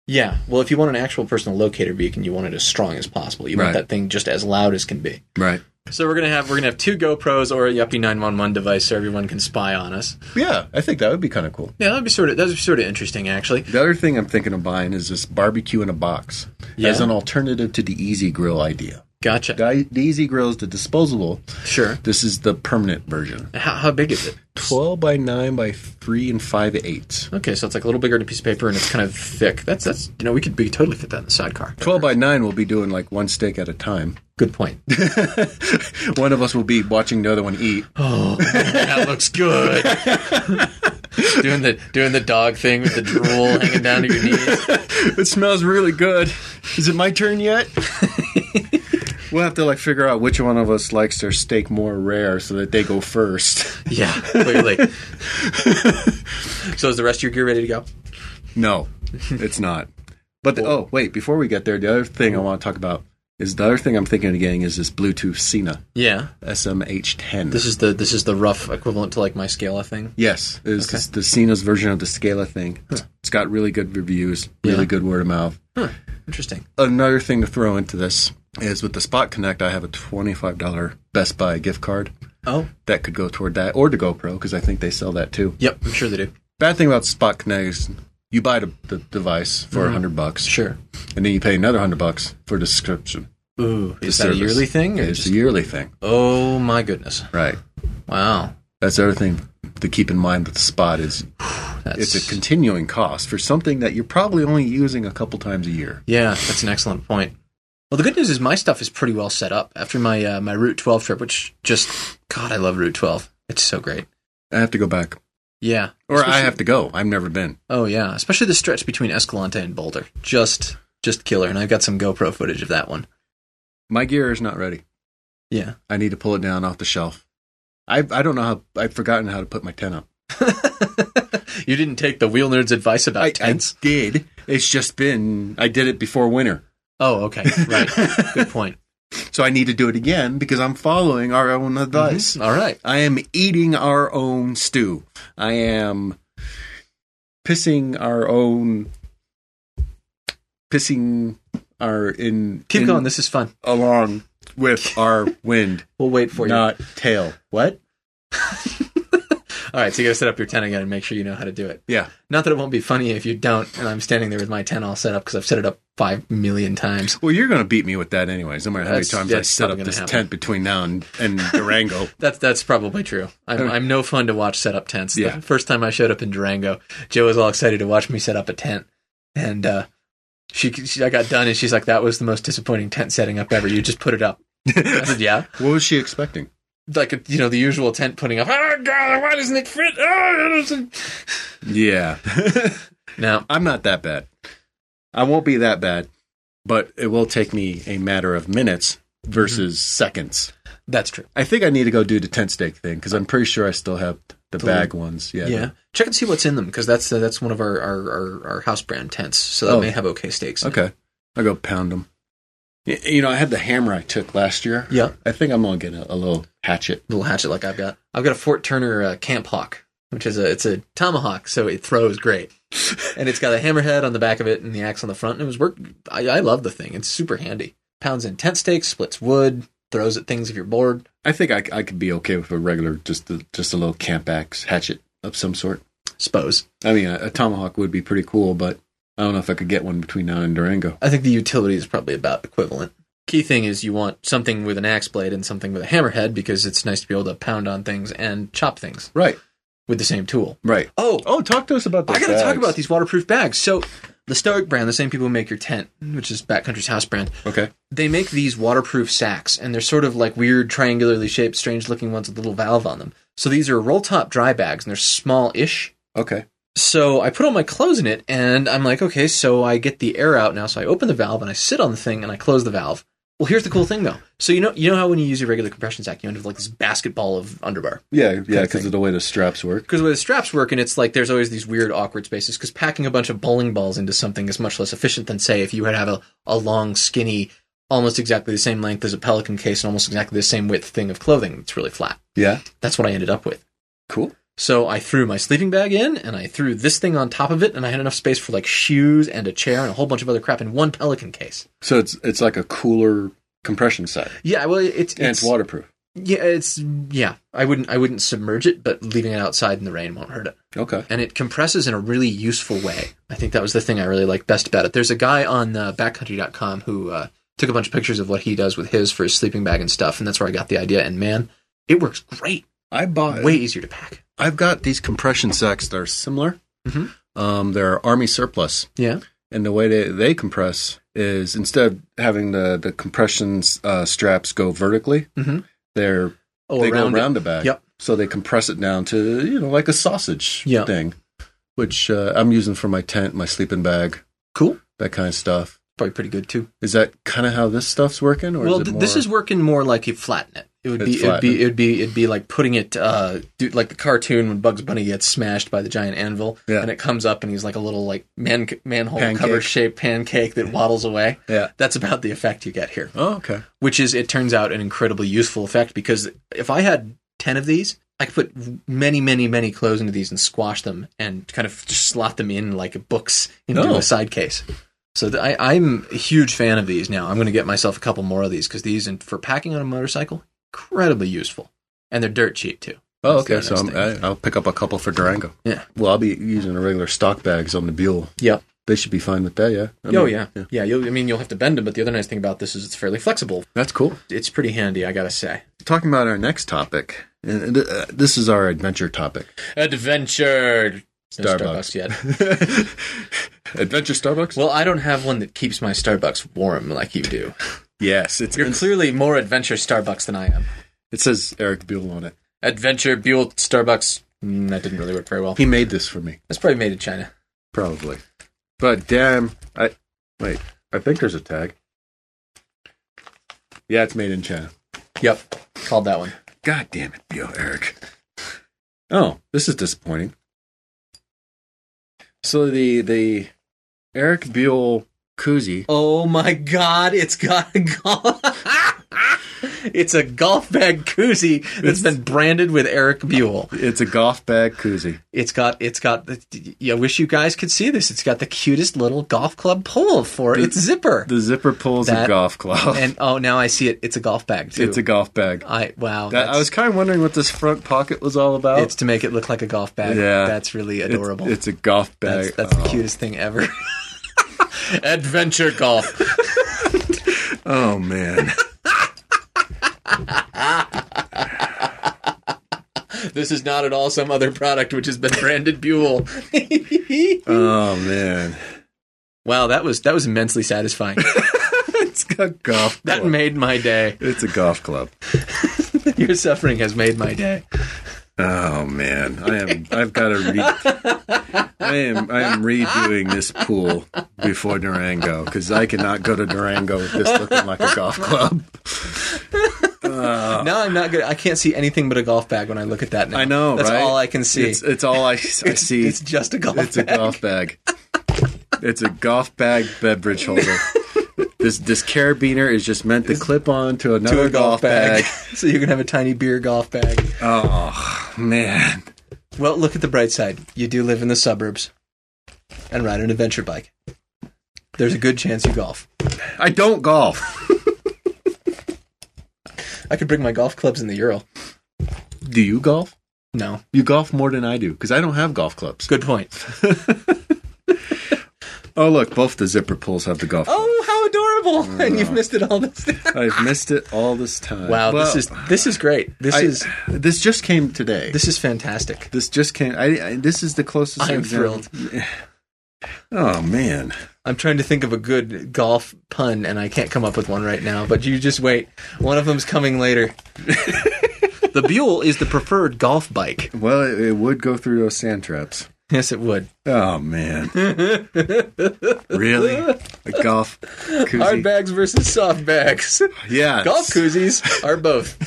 S2: Yeah. Well, if you want an actual personal locator beacon, you want it as strong as possible. You want
S3: Right.
S2: that thing just as loud as can be.
S3: Right.
S2: So we're gonna have we're gonna have two GoPros or a Yuppie nine one one device so everyone can spy on us.
S3: Yeah, I think that would be kind of cool.
S2: Yeah, that'd be sort of that'd be sort of interesting actually.
S3: The other thing I'm thinking of buying is this barbecue in a box as
S2: Yeah.
S3: an alternative to the Easy Grill idea.
S2: Gotcha.
S3: The, the Easy Grill is the disposable.
S2: Sure.
S3: This is the permanent version.
S2: How, how big is it?
S3: 12 by 9 by 3 and 5 eighths.
S2: Okay, so it's like a little bigger than a piece of paper and it's kind of thick. That's that's you know we could we could totally fit that in the sidecar.
S3: 12 by 9 will be doing like one steak at a time.
S2: Good point.
S3: one of us will be watching the other one eat.
S2: that looks good. doing the doing the dog thing with the drool hanging down to your knees.
S3: it smells really good. Is it my turn yet? we'll have to like figure out which one of us likes their steak more rare so that they go first.
S2: Yeah, clearly. so is the rest of your gear ready to go?
S3: no, it's not. But the, oh, wait, before we get there, the other thing I want to talk about is the other thing I'm thinking of getting is this Bluetooth Sina
S2: Yeah.
S3: SMH10.
S2: This is the this is the rough equivalent to like my Scala thing.
S3: Yes, is this- the Cena's version of the Scala thing. It's got really good reviews, really
S2: Yeah.
S3: good word of mouth.
S2: Interesting.
S3: Another thing to throw into this is with the Spot Connect, I have a twenty-five dollar Best Buy gift card
S2: Oh,
S3: that could go toward that, or to GoPro because I think they sell that too.
S2: yep. I'm sure they do.
S3: Bad thing about Spot Connect is you buy the, the device for a hundred bucks,
S2: Mm-hmm. Sure.
S3: and then you pay another hundred bucks for the subscription.
S2: Ooh,
S3: the
S2: is that a
S3: service.
S2: yearly thing? Or
S3: It's
S2: just,
S3: a yearly thing,
S2: oh my goodness!
S3: right?
S2: Wow,
S3: That's the other thing to keep in mind with the Spot is
S2: that's
S3: it's a continuing cost for something that you're probably only using a couple times a year.
S2: yeah, that's an excellent point. Well, the good news is my stuff is pretty well set up after my uh, my Route 12 trip, which just God, I love Route 12. It's so great.
S3: I have to go back.
S2: Yeah,
S3: Or I
S2: Especially-
S3: have to go. I've never been.
S2: Oh yeah, especially the stretch between Escalante and Boulder, just just killer. And I've got some GoPro footage of that one.
S3: My gear is not ready.
S2: Yeah,
S3: I need to pull it down off the shelf. I I don't know how I've forgotten how to put my tent up.
S2: you didn't take the wheel nerd's advice about
S3: I, I
S2: tents.
S3: did. It's just been I did it before winter.
S2: oh, okay, right. good point.
S3: So I need to do it again because I'm following our own advice.
S2: All right.
S3: I am eating our own stew. I am pissing our own pissing our in
S2: Keep
S3: in-
S2: going. This is fun.
S3: along with our wind,
S2: We'll wait for you.
S3: not tail. What?
S2: All right, so you got to set up your tent again and make sure you know how to do it.
S3: Yeah.
S2: Not that it won't be funny if you don't, and I'm standing there with my tent all set up because I've set it up five million times.
S3: Well, you're going to beat me with that anyways. No matter how many
S2: That's-
S3: times I
S2: that's
S3: set up
S2: probably
S3: this
S2: gonna happen.
S3: tent between now and, and Durango.
S2: That's that's probably true. I'm, I'm no fun to watch set up tents.
S3: Yeah.
S2: The first time I showed up in Durango, Joe was all excited to watch me set up a tent, and uh, she, she I got done and she's like, "That was the most disappointing tent setting up ever. You just put it up." I said, "Yeah."
S3: what was she expecting?
S2: Like you know the usual tent putting up. Oh God, why doesn't it fit? Oh, it doesn't-"
S3: Yeah.
S2: no,
S3: I'm not that bad. I won't be that bad, but it will take me a matter of minutes versus
S2: Mm-hmm.
S3: seconds.
S2: that's true.
S3: I think I need to go do the tent stake thing because I'm pretty sure I still have the bag ones. Yeah.
S2: Yeah, check and see what's in them because that's uh, that's one of our our, our our house brand tents, so that
S3: Oh.
S2: may have okay steaks. in it.
S3: Okay. I'll go pound them. You know, I had the hammer I took last year.
S2: Yeah.
S3: I think I'm going to get a, a little hatchet.
S2: little hatchet like I've got. I've got a Fort Turner uh, Camp Hawk, which is a it's a tomahawk, so it throws great, and it's got a hammerhead on the back of it and the axe on the front. And it was work. I, I love the thing. It's super handy. Pounds in tent stakes, splits wood, throws at things if you're bored.
S3: I think I, I could be okay with a regular, just a, just a little camp axe hatchet of some sort.
S2: Suppose
S3: I mean, a, a tomahawk would be pretty cool, but I don't know if I could get one between now and Durango.
S2: I think the utility is probably about equivalent. Key thing is you want something with an axe blade and something with a hammerhead because it's nice to be able to pound on things and chop things
S3: Right,
S2: with the same tool.
S3: right.
S2: Oh,
S3: Oh, talk to us about this.
S2: I gotta talk about these waterproof bags. So the Stoic brand, the same people who make your tent, which is Backcountry's house brand,
S3: Okay.
S2: they make these waterproof sacks, and they're sort of like weird, triangularly shaped, strange looking ones with a little valve on them. So these are roll top dry bags, and they're small ish.
S3: Okay.
S2: So I put all my clothes in it, and I'm like, okay, so I get the air out now. So I open the valve, and I sit on the thing, and I close the valve. Well, here's the cool thing though. So you know, you know how when you use your regular compression sack, you end up with like this basketball of underbar
S3: Yeah, yeah,
S2: thing.
S3: because of the way the straps work.
S2: because the way the straps work, and it's like there's always these weird, awkward spaces. Because packing a bunch of bowling balls into something is much less efficient than, say, if you had have a, a long, skinny, almost exactly the same length as a pelican case and almost exactly the same width thing of clothing. It's really flat.
S3: Yeah.
S2: That's what I ended up with.
S3: Cool.
S2: So I threw my sleeping bag in, and I threw this thing on top of it, and I had enough space for like shoes and a chair and a whole bunch of other crap in one pelican case.
S3: So it's it's like a cooler compression side,
S2: Yeah, well, it's
S3: and it's waterproof.
S2: Yeah, it's yeah. I wouldn't I wouldn't submerge it, but leaving it outside in the rain won't hurt it.
S3: Okay.
S2: And it compresses in a really useful way. I think that was the thing I really liked best about it. There's a guy on uh, backcountry.com who uh, took a bunch of pictures of what he does with his for his sleeping bag and stuff, and that's where I got the idea. And man, it works great.
S3: I bought.
S2: Way easier to pack.
S3: I've got these compression sacks that are similar.
S2: Mhm.
S3: Um, they're Army surplus,
S2: Yeah.
S3: and the way they, they compress is instead of having the the compression uh, straps go vertically,
S2: Mhm.
S3: they're
S2: Oh,
S3: they
S2: around
S3: go
S2: it.
S3: around the back.
S2: Yep.
S3: So they compress it down to you know like a sausage
S2: Yeah.
S3: thing, which uh, I'm using for my tent, my sleeping bag,
S2: Cool.
S3: that kind of stuff.
S2: Probably pretty good too.
S3: Is that kind of how this stuff's working? Or
S2: well,
S3: is it
S2: th- this
S3: more-
S2: is working more like you flatten it. It would
S3: It's
S2: be it'd
S3: flattened.
S2: be it'd be it'd be like putting it uh do, like the cartoon when Bugs Bunny gets smashed by the giant anvil
S3: Yeah.
S2: and it comes up and he's like a little like man manhole
S3: Pancake.
S2: cover shaped pancake that waddles away.
S3: yeah.
S2: That's about the effect you get here,
S3: Oh, okay.
S2: which is it turns out an incredibly useful effect because if I had 10 of these, I could put many many many clothes into these and squash them and kind of just slot them in like books into
S3: Oh.
S2: a side case. So th- I, I'm a huge fan of these now. I'm going to get myself a couple more of these because these, and for packing on a motorcycle, incredibly useful, and they're dirt cheap too.
S3: Oh,
S2: That's
S3: okay.
S2: their
S3: So
S2: next
S3: I'm,
S2: thing.
S3: I, I'll pick up a couple for Durango.
S2: Yeah.
S3: Well, I'll be using the regular stock bags on the Buell.
S2: Yep.
S3: They should be fine with that. Yeah. I
S2: oh
S3: mean,
S2: yeah, yeah. you'll, I mean, you'll have to bend them, but the other nice thing about this is it's fairly flexible.
S3: That's cool.
S2: It's pretty handy, I gotta say.
S3: Talking about our next topic, and uh, this is our adventure topic.
S2: Adventure. No
S3: Starbucks.
S2: Starbucks yet.
S3: adventure Starbucks.
S2: Well, I don't have one that keeps my Starbucks warm like you do.
S3: yes. It's
S2: You're clearly more adventure Starbucks than I am.
S3: it says Eric Buell on it.
S2: Adventure Buell Starbucks. Mm, that didn't really work very well.
S3: He made this for me,
S2: That's probably made in China.
S3: probably. But damn, I wait. I think there's a tag. Yeah, it's made in China.
S2: Yep, called that one.
S3: God damn it, yo, Eric. Oh, this is disappointing. So the the Eric Buell koozie.
S2: Oh my god, it's got a golf. it's a golf bag koozie that's
S3: It's-
S2: been branded with Eric Buell.
S3: It's a golf bag koozie.
S2: It's got it's got. I wish you guys could see this. It's got the cutest little golf club pull for its zipper.
S3: The zipper pulls
S2: That-
S3: a golf club.
S2: and oh, now I see it. It's a golf bag too.
S3: it's a golf bag.
S2: I wow.
S3: That, I
S2: that's-
S3: was kind of wondering what this front pocket was all about.
S2: It's to make it look like a golf bag.
S3: Yeah.
S2: That's really
S3: It's-
S2: adorable.
S3: It's, a golf bag.
S2: that's that's the cutest thing ever. oh. Adventure golf.
S3: Oh man.
S2: This is not at all some other product which has been branded Buell.
S3: oh man.
S2: wow, that was that was immensely satisfying.
S3: It's a golf. Club.
S2: That made my day.
S3: it's a golf club.
S2: Your suffering has made my day.
S3: Oh man, I am. I've got to re. I am. I am redoing this pool before Durango because I cannot go to Durango with this looking like a golf club.
S2: now I'm not good. I can't see anything but a golf bag when Uh, I look at that now.
S3: I know.
S2: That's
S3: right?
S2: all I can see.
S3: It's, it's all I, I see.
S2: It's just a golf
S3: It's a
S2: bag.
S3: golf bag. It's a golf bag beverage holder. this this carabiner is just meant to clip on to another
S2: To a
S3: golf, bag.
S2: so you can have a tiny beer golf bag.
S3: Oh man.
S2: Well, look at the bright side. You do live in the suburbs and ride an adventure bike. There's a good chance you golf.
S3: I don't golf.
S2: I could bring my golf clubs in the Ural.
S3: Do you golf?
S2: No.
S3: You golf more than I do because I don't have golf clubs.
S2: Good point.
S3: Oh, look, both the zipper pulls have the golf.
S2: Oh, how adorable. and you've missed it all this
S3: club. I've missed it all this time.
S2: Mm. Oh. Wow,
S3: Well,
S2: this is this is great. This
S3: I-
S2: is
S3: this just came today. This,
S2: this is fantastic.
S3: just came. I, I this is the closest.
S2: I'm
S3: I've been- Oh man,
S2: I'm trying to think of a good golf pun and I can't come up with one right now, but you just wait. One of them's coming later. the Buell is the preferred golf bike.
S3: well, it, it would go through those sand traps.
S2: Yes, it would.
S3: Oh man, really? A golf koozie?
S2: Hard bags versus soft bags.
S3: Yeah,
S2: Golf koozies are both.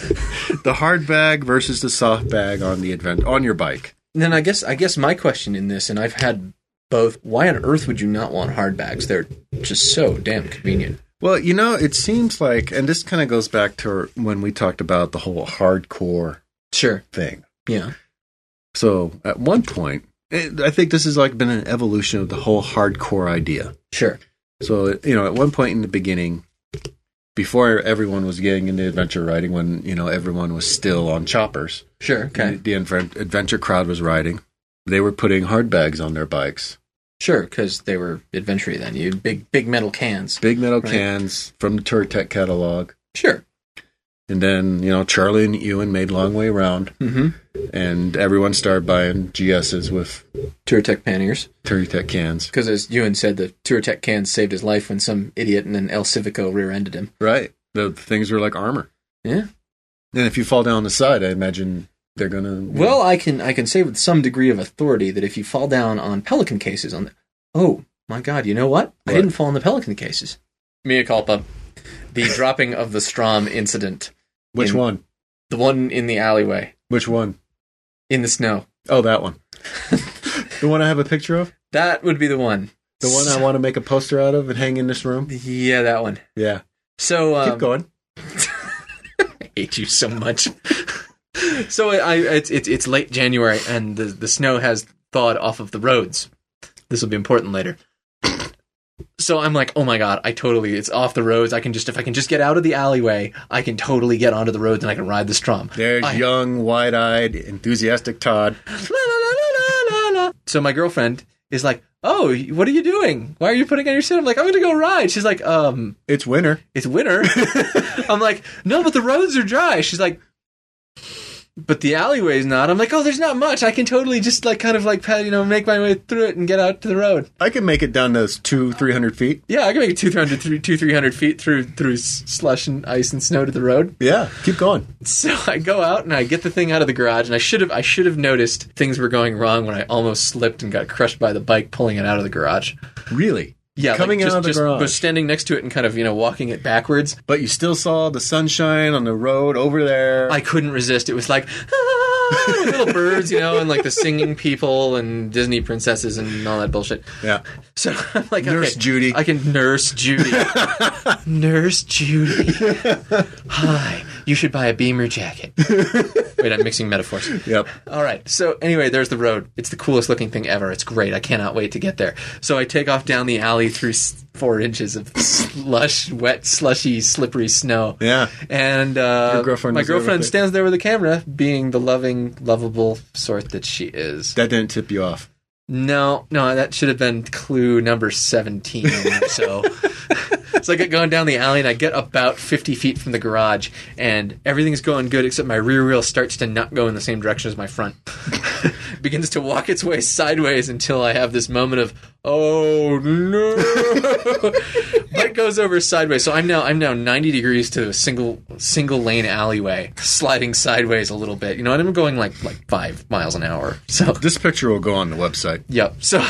S3: The hard bag versus the soft bag on the advent on your bike.
S2: then I guess I guess my question in this, and I've had both. Why on earth would you not want hard bags? They're just so damn convenient.
S3: Well, you know, it seems like, and this kind of goes back to when we talked about the whole hardcore
S2: Sure.
S3: thing.
S2: Yeah.
S3: So at one point, it, I think this has like been an evolution of the whole hardcore idea.
S2: Sure.
S3: So you know, at one point in the beginning, before everyone was getting into adventure riding, when you know everyone was still on choppers,
S2: Sure.
S3: the, the advent- adventure crowd was riding. They were putting hard bags on their bikes,
S2: Sure, because they were adventure then. You had big, big metal cans.
S3: big metal
S2: Right.
S3: cans from the Turtech catalog.
S2: Sure.
S3: And then you know Charlie and Ewan made long way round,
S2: Mm-hmm.
S3: and everyone started buying GSs with
S2: Tour Tech panniers.
S3: Turtech cans.
S2: Because as Ewan said, the Tour Tech cans saved his life when some idiot in an El Civico rear ended him.
S3: Right, the things were like armor.
S2: Yeah.
S3: And if you fall down the side, I imagine they're gonna.
S2: Well, I can I can say with some degree of authority that if you fall down on Pelican cases on the Oh my god, you know what? I
S3: What?
S2: didn't fall in the Pelican cases. Mia culpa. The dropping of the Strom incident.
S3: which
S2: in-
S3: one?
S2: The one in the alleyway.
S3: Which one?
S2: In the snow.
S3: Oh, that one. the one I have a picture of.
S2: That would be the one.
S3: The one I want to make a poster out of and hang in this room.
S2: Yeah, that one.
S3: Yeah.
S2: So um,
S3: Keep going.
S2: hate you so much. so I, I it's, it's it's late January and the the snow has thawed off of the roads. This will be important later. So I'm like, oh my god, I totally it's off the roads. I can just if I can just get out of the alleyway, I can totally get onto the roads and I can ride the Strom.
S3: There's
S2: I-
S3: young, wide-eyed, enthusiastic Todd.
S2: La, la, la, la, la, la. So my girlfriend is like, oh, what are you doing? Why are you putting on your shit? I'm like, I'm going to go ride. She's like, um,
S3: It's winter.
S2: it's winter. I'm like, no, but the roads are dry. She's like, but the alleyway's not. I'm like, oh, there's not much. I can totally just like kind of like pat- you know make my way through it and get out to the road.
S3: I can make it down those two, three hundred feet.
S2: Yeah, I can make it two three hundred three two three hundred feet through through s- slush and ice and snow to the road.
S3: Yeah. Keep going.
S2: So I go out and I get the thing out of the garage, and I should have I should have noticed things were going wrong when I almost slipped and got crushed by the bike pulling it out of the garage.
S3: Really.
S2: Yeah, like,
S3: Coming out
S2: just-
S3: of the
S2: just
S3: garage.
S2: was standing next to it and kind of you know walking it backwards.
S3: But you still saw the sunshine on the road over there.
S2: I couldn't resist. It was like ah, with little birds, you know, and like the singing people and Disney princesses and all that bullshit.
S3: yeah.
S2: So I'm like,
S3: Nurse
S2: okay,
S3: Judy.
S2: I can nurse Judy. nurse Judy. Hi, you should buy a beamer jacket. Wait, I'm mixing metaphors.
S3: Yep.
S2: All right. So anyway, there's the road. It's the coolest looking thing ever. It's great. I cannot wait to get there. So I take off down the alley through s- four inches of slush, wet, slushy, slippery snow.
S3: Yeah.
S2: And uh,
S3: Your girlfriend
S2: my
S3: was there with
S2: girlfriend
S3: it.
S2: stands there with a camera, being the loving, lovable sort that she is.
S3: That didn't tip you off.
S2: No, no, that should have been clue number 17 or so. so I get going down the alley and I get about 50 feet from the garage, and everything's going good except my rear wheel starts to not go in the same direction as my front. Begins to walk its way sideways until I have this moment of, oh no! Bike goes over sideways, so I'm now I'm now 90 degrees to a single single lane alleyway, sliding sideways a little bit. You know, and I'm going like like five miles an hour. So
S3: This picture will go on the website.
S2: Yep. So,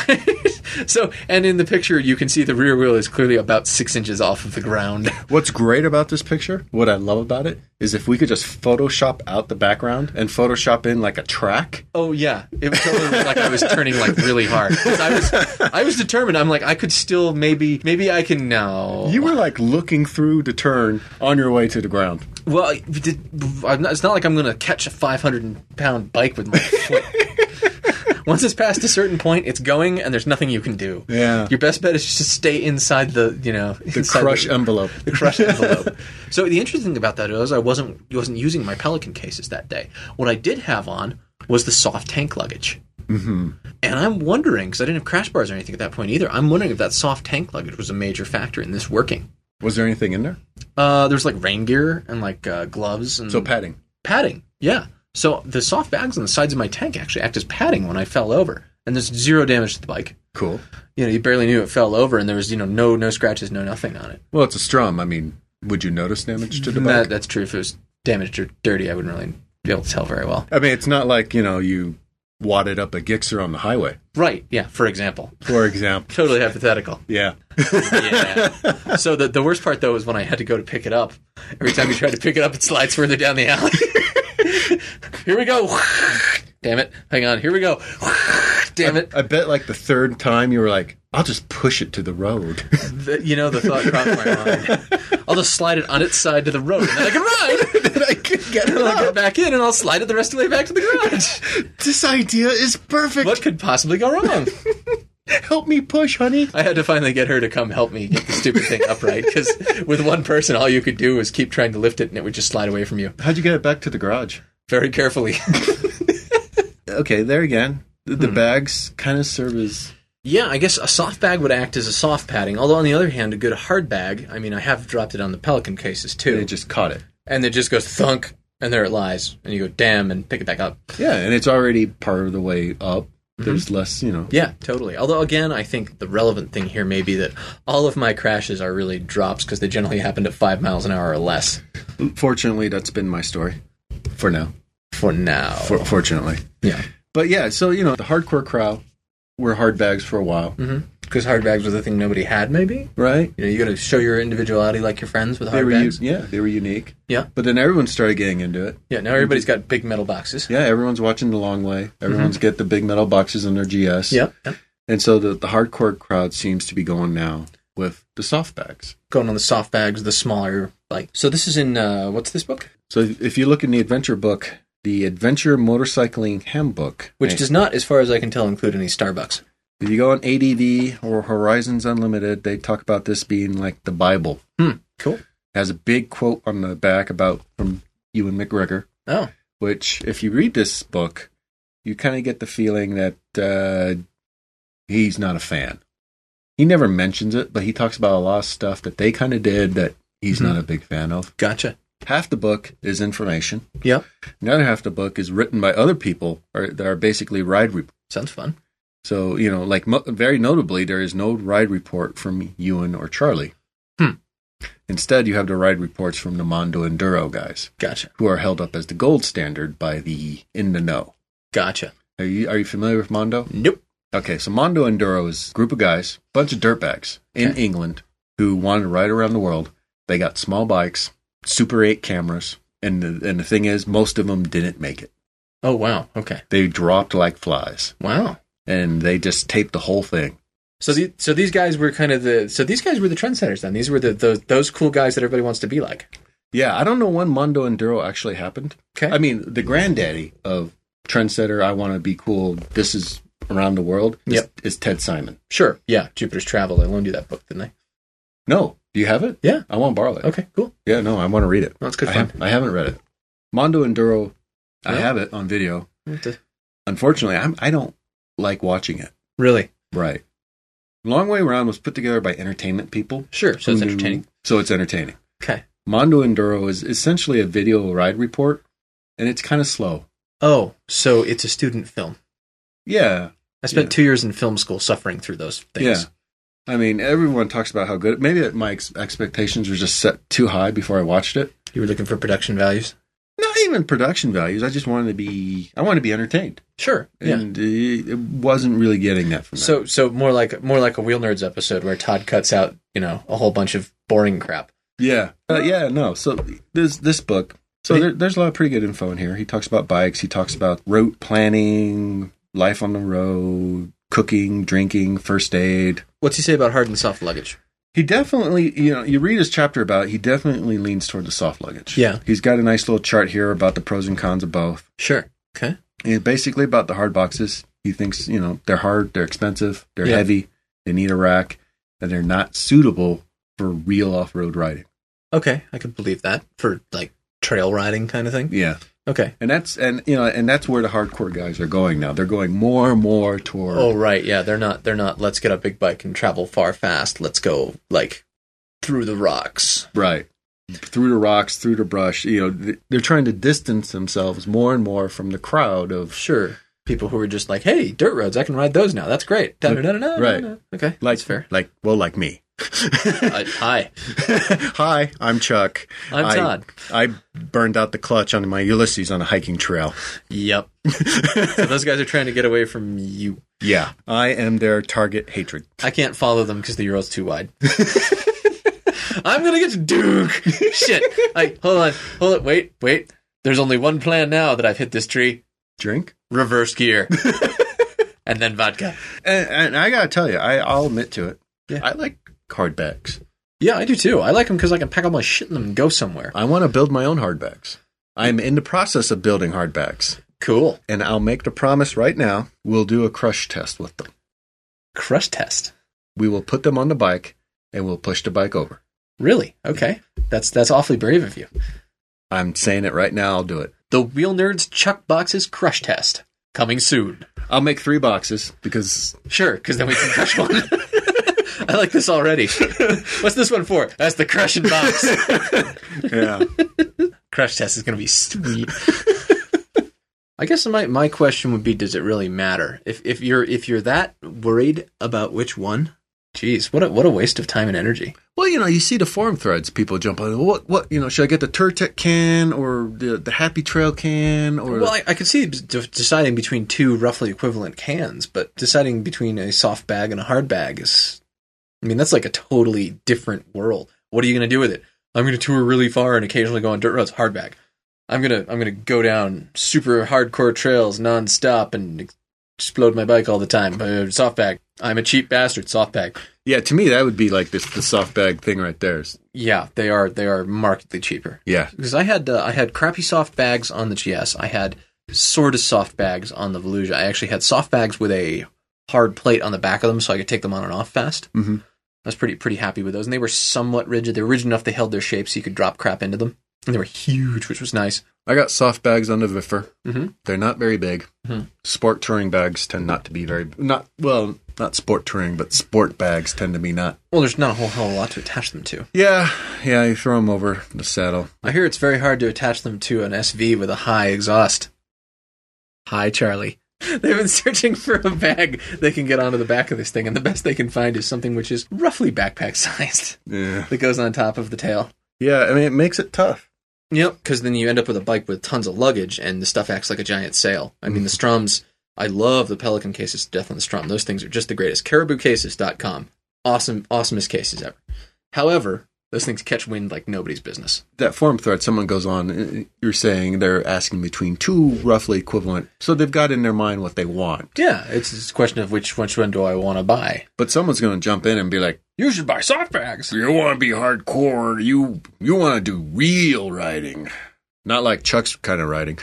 S2: so, and in the picture, you can see the rear wheel is clearly about six inches off of the ground.
S3: What's great about this picture, what I love about it, is if we could just Photoshop out the background and Photoshop in like a track.
S2: Oh yeah, it totally was like I was turning like really hard. 'Cause I was, I was determined. I'm like, I could still maybe, maybe I can now.
S3: You were like looking through the turn on your way to the ground.
S2: well, I did- I'm not, it's not like I'm gonna catch a 500 pound bike with my foot. Once it's past a certain point, it's going, and there's nothing you can do.
S3: Yeah.
S2: Your best bet is just to stay inside the, you know,
S3: The crush envelope.
S2: the crush envelope. so the interesting thing about that was I wasn't wasn't using my Pelican cases that day. What I did have on was the soft tank luggage. Mm-hmm. And I'm wondering because I didn't have crash bars or anything at that point either. I'm wondering if that soft tank luggage was a major factor in this working.
S3: Was there anything in there?
S2: Uh, there's like rain gear and like uh, gloves and
S3: So padding.
S2: padding. Yeah. So the soft bags on the sides of my tank actually act as padding when I fell over, and there's zero damage to the bike.
S3: Cool.
S2: You know, you barely knew it fell over, and there was you know no no scratches, no nothing on it.
S3: Well, it's a strum. I mean, would you notice damage to the
S2: That-
S3: bike?
S2: that's true. If it was damaged or dirty, I wouldn't really be able to tell very well.
S3: I mean, it's not like, you know, you wadded up a Gixxer on the highway,
S2: Right. Yeah. For example,
S3: for example.
S2: totally hypothetical.
S3: Yeah.
S2: Yeah. so the the worst part though was when I had to go to pick it up. Every time you try to pick it up, it slides further down the alley. Here we go. Damn it! Hang on. Here we go. Damn it!
S3: I bet like the third time you were like, I'll just push it to the road.
S2: The- you know the thought crossed my mind. I'll just slide it on its side to the road, and then I can ride.
S3: I could get it
S2: And I'll get back in, and I'll slide it the rest of the way back to the garage.
S3: This idea is perfect.
S2: What could possibly go wrong?
S3: Help me push, honey.
S2: I had to finally get her to come help me get the stupid thing upright because with one person, all you could do was keep trying to lift it and it would just slide away from you
S3: How'd you get it back to the garage?
S2: very carefully.
S3: Okay, there again. The, the bags kind of serve as
S2: yeah, I guess a soft bag would act as a soft padding. Although, on the other hand, a good hard bag, I mean, I have dropped it on the Pelican cases too.
S3: they just caught it.
S2: and it just goes thunk and there it lies. And you go, damn, and pick it back up.
S3: Yeah, and it's already part of the way up. There's less, you know.
S2: Yeah, totally. Although, again, I think the relevant thing here may be that all of my crashes are really drops because they generally happened at five miles an hour or less
S3: Fortunately, that's been my story for now.
S2: for now.
S3: For, fortunately,
S2: yeah.
S3: but yeah. So you know, the hardcore crowd were hard bags for a while,
S2: Because hard bags was a thing nobody had, maybe?
S3: right?
S2: You know, you got to show your individuality like your friends with
S3: They
S2: hard
S3: were, u-
S2: bags.
S3: yeah, they were unique.
S2: Yeah.
S3: But then everyone started getting into it.
S2: Yeah, now everybody's got big metal boxes.
S3: Yeah, everyone's watching the long way.
S2: Mm-hmm.
S3: Everyone's get the big metal boxes in their GS.
S2: Yep. yep.
S3: And so the, the hardcore crowd seems to be going now with the soft bags.
S2: Going on the soft bags, the smaller, like. So this is in, uh, what's this book?
S3: So if you look in the adventure book, the Adventure Motorcycling Handbook,
S2: Which
S3: Hey,
S2: does not, as far as I can tell, include any Starbucks.
S3: if you go on ADV or Horizons Unlimited, they talk about this being like the Bible.
S2: Hmm. Cool.
S3: It has a big quote on the back about from Ewan McGregor,
S2: Oh,
S3: which if you read this book, you kind of get the feeling that uh, he's not a fan. He never mentions it, but he talks about a lot of stuff that they kind of did that he's
S2: Mm-hmm.
S3: not a big fan of.
S2: gotcha.
S3: half the book is information.
S2: Yep.
S3: The other half of the book is written by other people or, that are basically ride reports.
S2: Sounds fun.
S3: So, you know, like mo- very notably, there is no ride report from Ewan or Charlie.
S2: Hmm.
S3: Instead, you have the ride reports from the Mondo Enduro guys,
S2: Gotcha.
S3: who are held up as the gold standard by the in the know.
S2: Gotcha.
S3: Are you, are you familiar with Mondo?
S2: Nope.
S3: Okay, so Mondo Enduro is a group of guys, bunch of dirtbags in
S2: Okay.
S3: England who wanted to ride around the world. They got small bikes, Super 8 cameras, and the, and the thing is, most of them didn't make it.
S2: Oh, wow. Okay.
S3: They dropped like flies,
S2: Wow.
S3: and they just taped the whole thing.
S2: So, the, so these guys were kind of the so these guys were the trendsetters then. These were the, the those cool guys that everybody wants to be like.
S3: Yeah, I don't know when Mondo Enduro actually happened.
S2: Okay.
S3: I mean, the granddaddy of trendsetter, I want to be cool, this is around the world, is,
S2: Yep.
S3: is Ted Simon.
S2: sure. Yeah. Jupiter's Travel. They loaned you that book, didn't
S3: No, do you have it?
S2: they? Yeah.
S3: I want to borrow it.
S2: Okay. Cool.
S3: Yeah, no, I want to read it.
S2: Well, it's good
S3: I,
S2: fun.
S3: have, I haven't read it. Mondo Enduro, I
S2: Yeah.
S3: have it on video.
S2: What the-
S3: Unfortunately, I'm, I don't like watching it.
S2: Really?
S3: Right. Long Way Round was put together by entertainment people.
S2: Sure. So it's
S3: who knew-
S2: entertaining.
S3: So it's entertaining.
S2: Okay.
S3: Mondo Enduro is essentially a video ride report, and it's kind of slow.
S2: Oh, so it's a student film.
S3: Yeah.
S2: I spent
S3: Yeah.
S2: two years in film school suffering through those things.
S3: Yeah. I mean, everyone talks about how good. Maybe my ex- expectations were just set too high before I watched it.
S2: You were looking for production values.
S3: Not even production values. I just wanted to be. I wanted to be entertained,
S2: Sure. Yeah.
S3: and uh, it wasn't really getting that from that.
S2: So so more like more like a Wheel Nerds episode where Todd cuts out you know a whole bunch of boring crap.
S3: Yeah, uh, yeah, no. So this this book. So
S2: But he-
S3: there, there's a lot of pretty good info in here. He talks about bikes. He talks about route planning, life on the road, cooking, drinking, first aid.
S2: What's he say about hard and soft luggage?
S3: He definitely, you know, you read his chapter about. It, he definitely leans toward the soft luggage.
S2: Yeah.
S3: he's got a nice little chart here about the pros and cons of both.
S2: Sure. Okay.
S3: And basically about the hard boxes. He thinks you know they're hard, they're expensive, they're
S2: Yeah.
S3: heavy, they need a rack, and they're not suitable for real off road riding.
S2: Okay, I could believe that for like trail riding kind of thing.
S3: Yeah.
S2: Okay.
S3: And that's and you know and that's where the hardcore guys are going now. They're going more and more toward
S2: Oh right, yeah, they're not they're not let's get a big bike and travel far fast. Let's go like through the rocks.
S3: right through the rocks, through the brush. You know, th- they're trying to distance themselves more and more from the crowd of
S2: Sure. People who are just like, "Hey, dirt roads, I can ride those now. That's great." Da-da-da-da-da.
S3: Right.
S2: Okay.
S3: like
S2: that's fair.
S3: like well like me.
S2: I, hi,
S3: Hi, I'm Chuck.
S2: I'm
S3: I-
S2: Todd.
S3: I burned out the clutch on my Ulysses on a hiking trail.
S2: Yep. so those guys are trying to get away from you.
S3: Yeah, I am their target hatred.
S2: I can't follow them because the Ural's too wide. I'm gonna get to Duke. Shit. I hold on, hold on, wait, wait. There's only one plan now that I've hit this tree.
S3: Drink.
S2: Reverse gear, and then vodka.
S3: And, and I gotta tell you, I, I'll admit to it.
S2: Yeah.
S3: I like hardbacks.
S2: Yeah, I do too. I like them because I can pack all my shit in them and go somewhere.
S3: I want to build my own hardbacks. I'm in the process of building hardbacks,
S2: Cool.
S3: and I'll make the promise right now we'll do a crush test with them.
S2: Crush test.
S3: We will put them on the bike and we'll push the bike over.
S2: Really? Okay. That's that's awfully brave of you.
S3: I'm saying it right now. I'll do it.
S2: The Wheel Nerds Chuck Boxes Crush Test. Coming soon.
S3: I'll make three boxes because
S2: Sure, because then we can crush one. I like this already. What's this one for? That's the crushing box.
S3: yeah,
S2: crush test is going to be sweet. I guess my, my question would be: Does it really matter if if you're if you're that worried about which one? Jeez, what a, what a waste of time and energy.
S3: Well, you know, you see the forum threads. People jump on what, what, you know, should I get the Turtec can or the, the Happy Trail can or
S2: Well, I, I could see de- deciding between two roughly equivalent cans, but deciding between a soft bag and a hard bag is, I mean, that's like a totally different world. What are you going to do with it? I'm going to tour really far and occasionally go on dirt roads. Hard bag. I'm gonna I'm gonna go down super hardcore trails nonstop and ex- explode my bike all the time. Uh, soft bag. I'm a cheap bastard. Soft bag.
S3: yeah? To me, that would be like the, the soft bag thing right there.
S2: Yeah, they are they are markedly cheaper.
S3: Yeah,
S2: because I had uh, I had crappy soft bags on the GS. I had sort of soft bags on the Volusia. I actually had soft bags with a hard plate on the back of them, so I could take them on and off fast.
S3: Mhm.
S2: I was pretty pretty happy with those, and they were somewhat rigid. They were rigid enough they held their shape, so you could drop crap into them. And they were huge, which was nice.
S3: I got soft bags on the Viffer.
S2: Mhm.
S3: They're not very big.
S2: Mhm.
S3: Sport touring bags tend not to be very not well, not sport touring, but sport bags tend to be not.
S2: Well, there's not a whole hell of a lot to attach them to.
S3: Yeah, yeah. You throw them over the saddle.
S2: I hear it's very hard to attach them to an SV with a high exhaust. Hi, Charlie. They've been searching for a bag they can get onto the back of this thing, and the best they can find is something which is roughly backpack sized
S3: Yeah,
S2: that goes on top of the tail.
S3: yeah. I mean, it makes it tough.
S2: Yep, because then you end up with a bike with tons of luggage, and the stuff acts like a giant sail. I mean, the Strums, I love the Pelican cases to death on the Strum. Those things are just the greatest. CaribouCases.com. Awesome, awesomest cases ever. However, those things catch wind like nobody's business.
S3: that forum thread, someone goes on, uh, you're saying they're asking between two roughly equivalent. So they've got in their mind what they want.
S2: Yeah, it's it's a question of which which one do I want to buy.
S3: But someone's going to jump in and be like,
S2: You should buy soft bags.
S3: you want to be hardcore. You, you want to do real riding. Not like Chuck's kind of riding.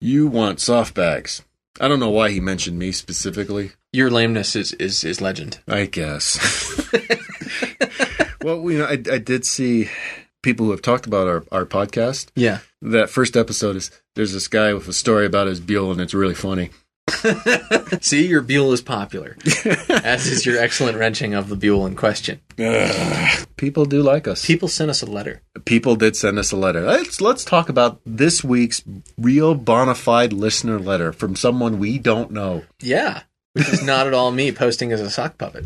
S3: You want soft bags. I don't know why he mentioned me specifically.
S2: Your lameness is is is legend.
S3: I guess. well, you know, I, I did see people who have talked about our, our podcast.
S2: Yeah.
S3: That first episode is there's this guy with a story about his Buell, and it's really funny.
S2: See, your Buell is popular, as is your excellent wrenching of the Buell in question.
S3: People do like us.
S2: People sent us a letter.
S3: People did send us a letter. Let's let's talk about this week's real bona fide listener letter from someone we don't know.
S2: Yeah, which is not at all me posting as a sock puppet.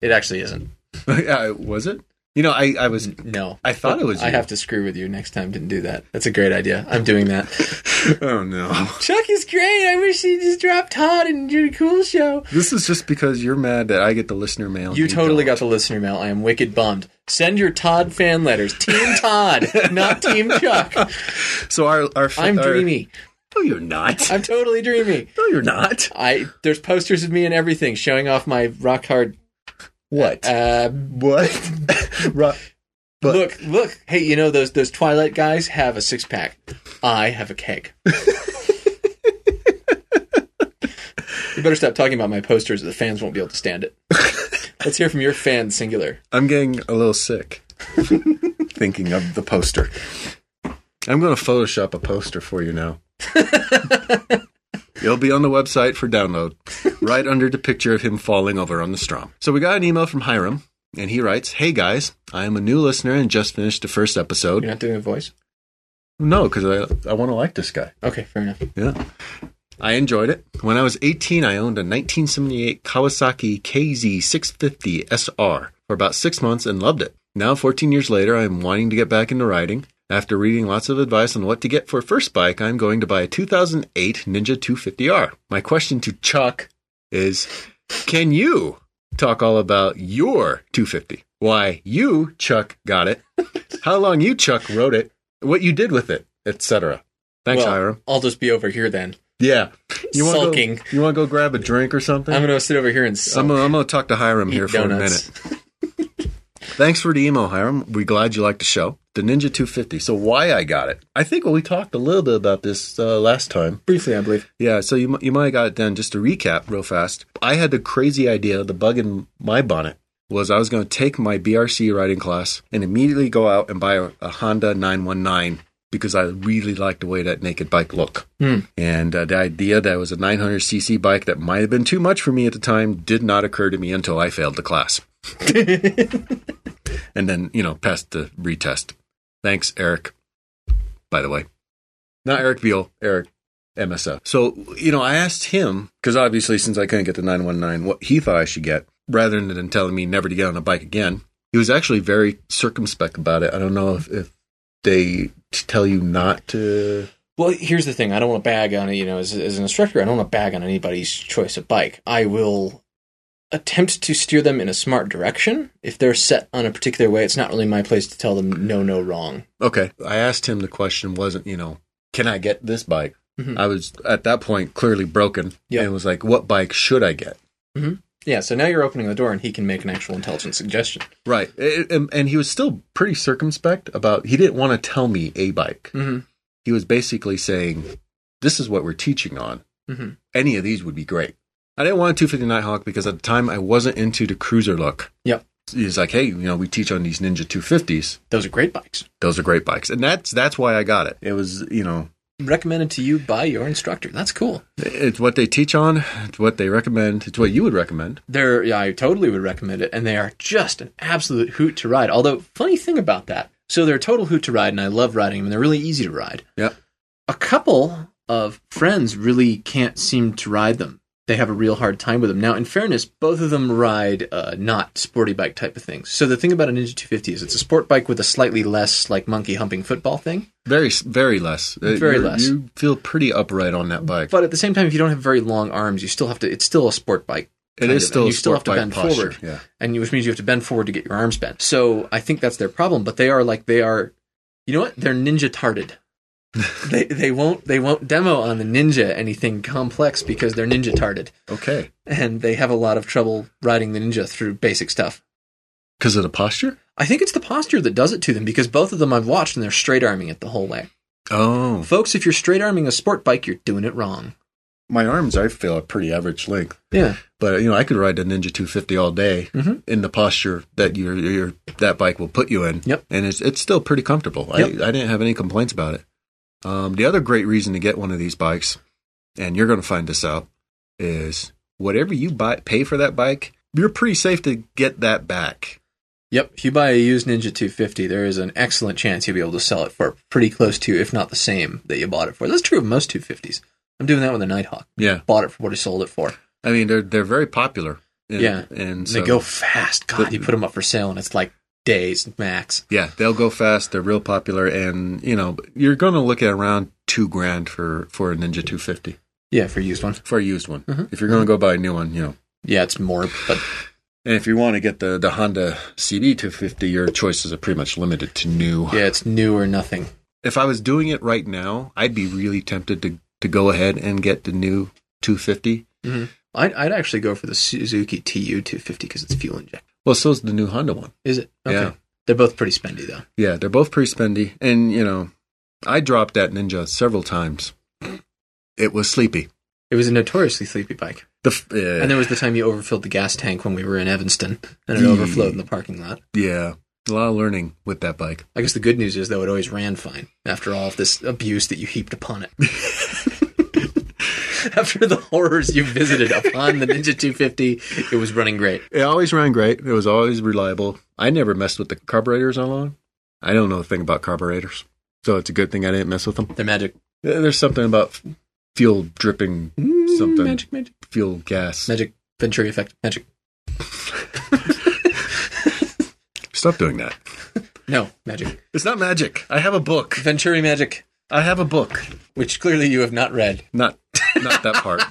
S2: It actually isn't.
S3: Uh, was it? You know, I, I was
S2: No,
S3: I thought it was
S2: I
S3: you.
S2: have to screw with you next time. Didn't do that. That's a great idea. I'm doing that.
S3: Oh no.
S2: Chuck is great. I wish he just dropped Todd and did a cool show.
S3: This is just because you're mad that I get the listener mail. and
S2: You totally
S3: don't.
S2: got the listener mail. I am wicked bummed. Send your Todd fan letters. Team Todd, not Team Chuck.
S3: So our our
S2: I'm
S3: our-
S2: dreamy.
S3: No, you're not.
S2: I'm totally dreamy.
S3: no, you're not.
S2: I there's posters of me and everything showing off my rock hard.
S3: What?
S2: Uh,
S3: what? Ro- But-
S2: look, look. Hey, you know those those Twilight guys have a six pack. I have a keg. you better stop talking about my posters. or The fans won't be able to stand it. Let's hear from your fan singular.
S3: I'm getting a little sick thinking of the poster. I'm going to Photoshop a poster for you now. It'll be on the website for download, right under the picture of him falling over on the Strom. So we got an email from Hiram, and he writes, "Hey guys, I am a new listener and just finished the first episode.
S2: You're not doing a voice.
S3: No, because I I want to like this guy.
S2: Okay, fair enough.
S3: Yeah." I enjoyed it. When I was 18, I owned a 1978 Kawasaki KZ650 SR for about six months and loved it. Now, 14 years later, I'm wanting to get back into riding. After reading lots of advice on what to get for a first bike, I'm going to buy a 2008 Ninja 250R. My question to Chuck is Can you talk all about your 250? Why you, Chuck, got it, how long you, Chuck, rode it, what you did with it, etc. Thanks,
S2: Well,
S3: Hiram.
S2: I'll just be over here then.
S3: Yeah. You wanna
S2: Sulking. Uh,
S3: Go, you want to go grab a drink or something?
S2: I'm
S3: I'm,
S2: gonna sit over here and sell
S3: gonna- I'm going to talk to Hiram here for a minute. Thanks for the email, Hiram. We're glad you like the show. the Ninja 250. So why I got it? I think we talked a little bit about this uh, last time.
S2: Briefly, I believe.
S3: Yeah, so you, mi- you might have got it done. Just to recap real fast, I had the crazy idea, the bug in my bonnet, was I was going to take my BRC riding class and immediately go out and buy a, a Honda 919 because I really liked the way that naked bike looked.
S2: Hmm.
S3: And uh, the idea that it was a 900cc bike that might have been too much for me at the time did not occur to me until I failed the class. and then, you know, passed the retest. Thanks, Eric, by the way. Not Eric Beal, Eric MSF. So, you know, I asked him, because obviously, since I couldn't get the 919, what he thought I should get, rather than telling me never to get on a bike again. He was actually very circumspect about it. I don't know if, if they t- tell you not to.
S2: Well, here's the thing. I don't want to bag on it. You know, as, as an instructor, I don't want to bag on anybody's choice of bike. I will attempt to steer them in a smart direction. If they're set on a particular way, it's not really my place to tell them no, no, wrong.
S3: Okay. I asked him the question wasn't, you know, can I get this bike?
S2: Mhm.
S3: I was at that point clearly broken
S2: Yeah.
S3: and was like, what bike should I get?
S2: Yeah. So now you're opening the door, and he can make an actual intelligent suggestion.
S3: Right. It- it- and, and he was still pretty circumspect about, he didn't want to tell me a bike.
S2: Mm-hmm.
S3: he was basically saying, "This is what we're teaching on.
S2: Mhm.
S3: Any of these would be great." I didn't want a 250 Nighthawk because at the time I wasn't into the cruiser look.
S2: Yep.
S3: He's like, "Hey, you know, we teach on these Ninja 250s.
S2: Those are great bikes.
S3: Those are great bikes," and that's that's why I got it. It was, you know,
S2: Recommended to you by your instructor. That's cool.
S3: it's what they teach on, it's what they recommend, it's what you would recommend.
S2: They're yeah, I totally would recommend it, and they are just an absolute hoot to ride. Although, funny thing about that, so they're a total hoot to ride, and I love riding them, and they're really easy to ride.
S3: Yep.
S2: A couple of friends really can't seem to ride them. They have a real hard time with them. Now, in fairness, both of them ride uh, not sporty bike type of things. So the thing about a Ninja 250 is it's a sport bike with a slightly less like monkey humping football thing.
S3: Very, very less. Uh,
S2: Very
S3: you're-
S2: less.
S3: You feel pretty upright on that bike.
S2: But at the same time, if you don't have very long arms, you still have to. It's still a sport bike.
S3: it
S2: kind
S3: is
S2: of,
S3: still
S2: and
S3: a
S2: you still
S3: sport
S2: have to
S3: bike
S2: bend
S3: posture.
S2: forward.
S3: Yeah.
S2: and you, which means you have to bend forward to get your arms bent. So I think that's their problem. But they are like they are, you know what? They're ninja tarted. they they won't they won't demo on the ninja anything complex because they're ninja tarted
S3: Okay.
S2: and they have a lot of trouble riding the ninja through basic stuff.
S3: Because of the posture.
S2: I think it's the posture that does it to them because both of them I've watched and they're straight arming it the whole way.
S3: Oh,
S2: Folks, if you're straight arming a sport bike, you're doing it wrong.
S3: my arms I feel are pretty average length.
S2: Yeah.
S3: But you know, I could ride the Ninja 250 all day
S2: Mhm.
S3: in the posture that your your that bike will put you in.
S2: Yep.
S3: And it's it's still pretty comfortable.
S2: Yep.
S3: I I didn't have any complaints about it. Um, the other great reason to get one of these bikes, and you're going to find this out, is whatever you buy pay for that bike, you're pretty safe to get that back.
S2: Yep, if you buy a used Ninja 250, there is an excellent chance you'll be able to sell it for pretty close to, if not the same, that you bought it for. That's true of most 250s. I'm doing that with a Nighthawk.
S3: Yeah.
S2: Bought it for what I sold it for.
S3: I mean, they're they're very popular. And,
S2: Yeah.
S3: And
S2: And
S3: so,
S2: they go fast. God,
S3: But-
S2: you put them up for sale and it's like days max.
S3: Yeah, they'll go fast. They're real popular, and you know you're going to look at around two grand for for a Ninja 250.
S2: Yeah, for a used one.
S3: for a used one.
S2: Mhm.
S3: If you're going to go buy a new one, you know.
S2: Yeah, it's more, but
S3: And if you want to get the, the Honda CB 250, your choices are pretty much limited to new.
S2: yeah, it's new or nothing.
S3: If I was doing it right now, I'd be really tempted to, to go ahead and get the new 250.
S2: I'd, I'd actually go for the Suzuki TU 250 because it's fuel injected.
S3: Well, so's the new Honda one.
S2: Is it?
S3: Yeah.
S2: They're both pretty spendy, though.
S3: Yeah, they're both pretty spendy. And, you know, I dropped that Ninja several times. It was sleepy.
S2: It was a notoriously sleepy bike.
S3: The f- uh,
S2: And there was the time you overfilled the gas tank when we were in Evanston and it
S3: Yeah.
S2: overflowed in the parking lot.
S3: yeah, a lot of learning with that bike.
S2: I guess the good news is though it always ran fine after all of this abuse that you heaped upon it. after the horrors you visited upon the Ninja 250, it was running great.
S3: It always ran great. It was always reliable. I never messed with the carburetors on long. I don't know a thing about carburetors, so it's a good thing I didn't mess with them.
S2: They're magic.
S3: There- There's something about f- fuel dripping, Something.
S2: Magic, magic,
S3: fuel gas.
S2: uh, magic. Venturi effect. Magic.
S3: Stop doing that.
S2: No, magic.
S3: It's not magic. I have a book.
S2: Venturi magic,
S3: I have a book.
S2: which clearly you have not read.
S3: Not, not that part.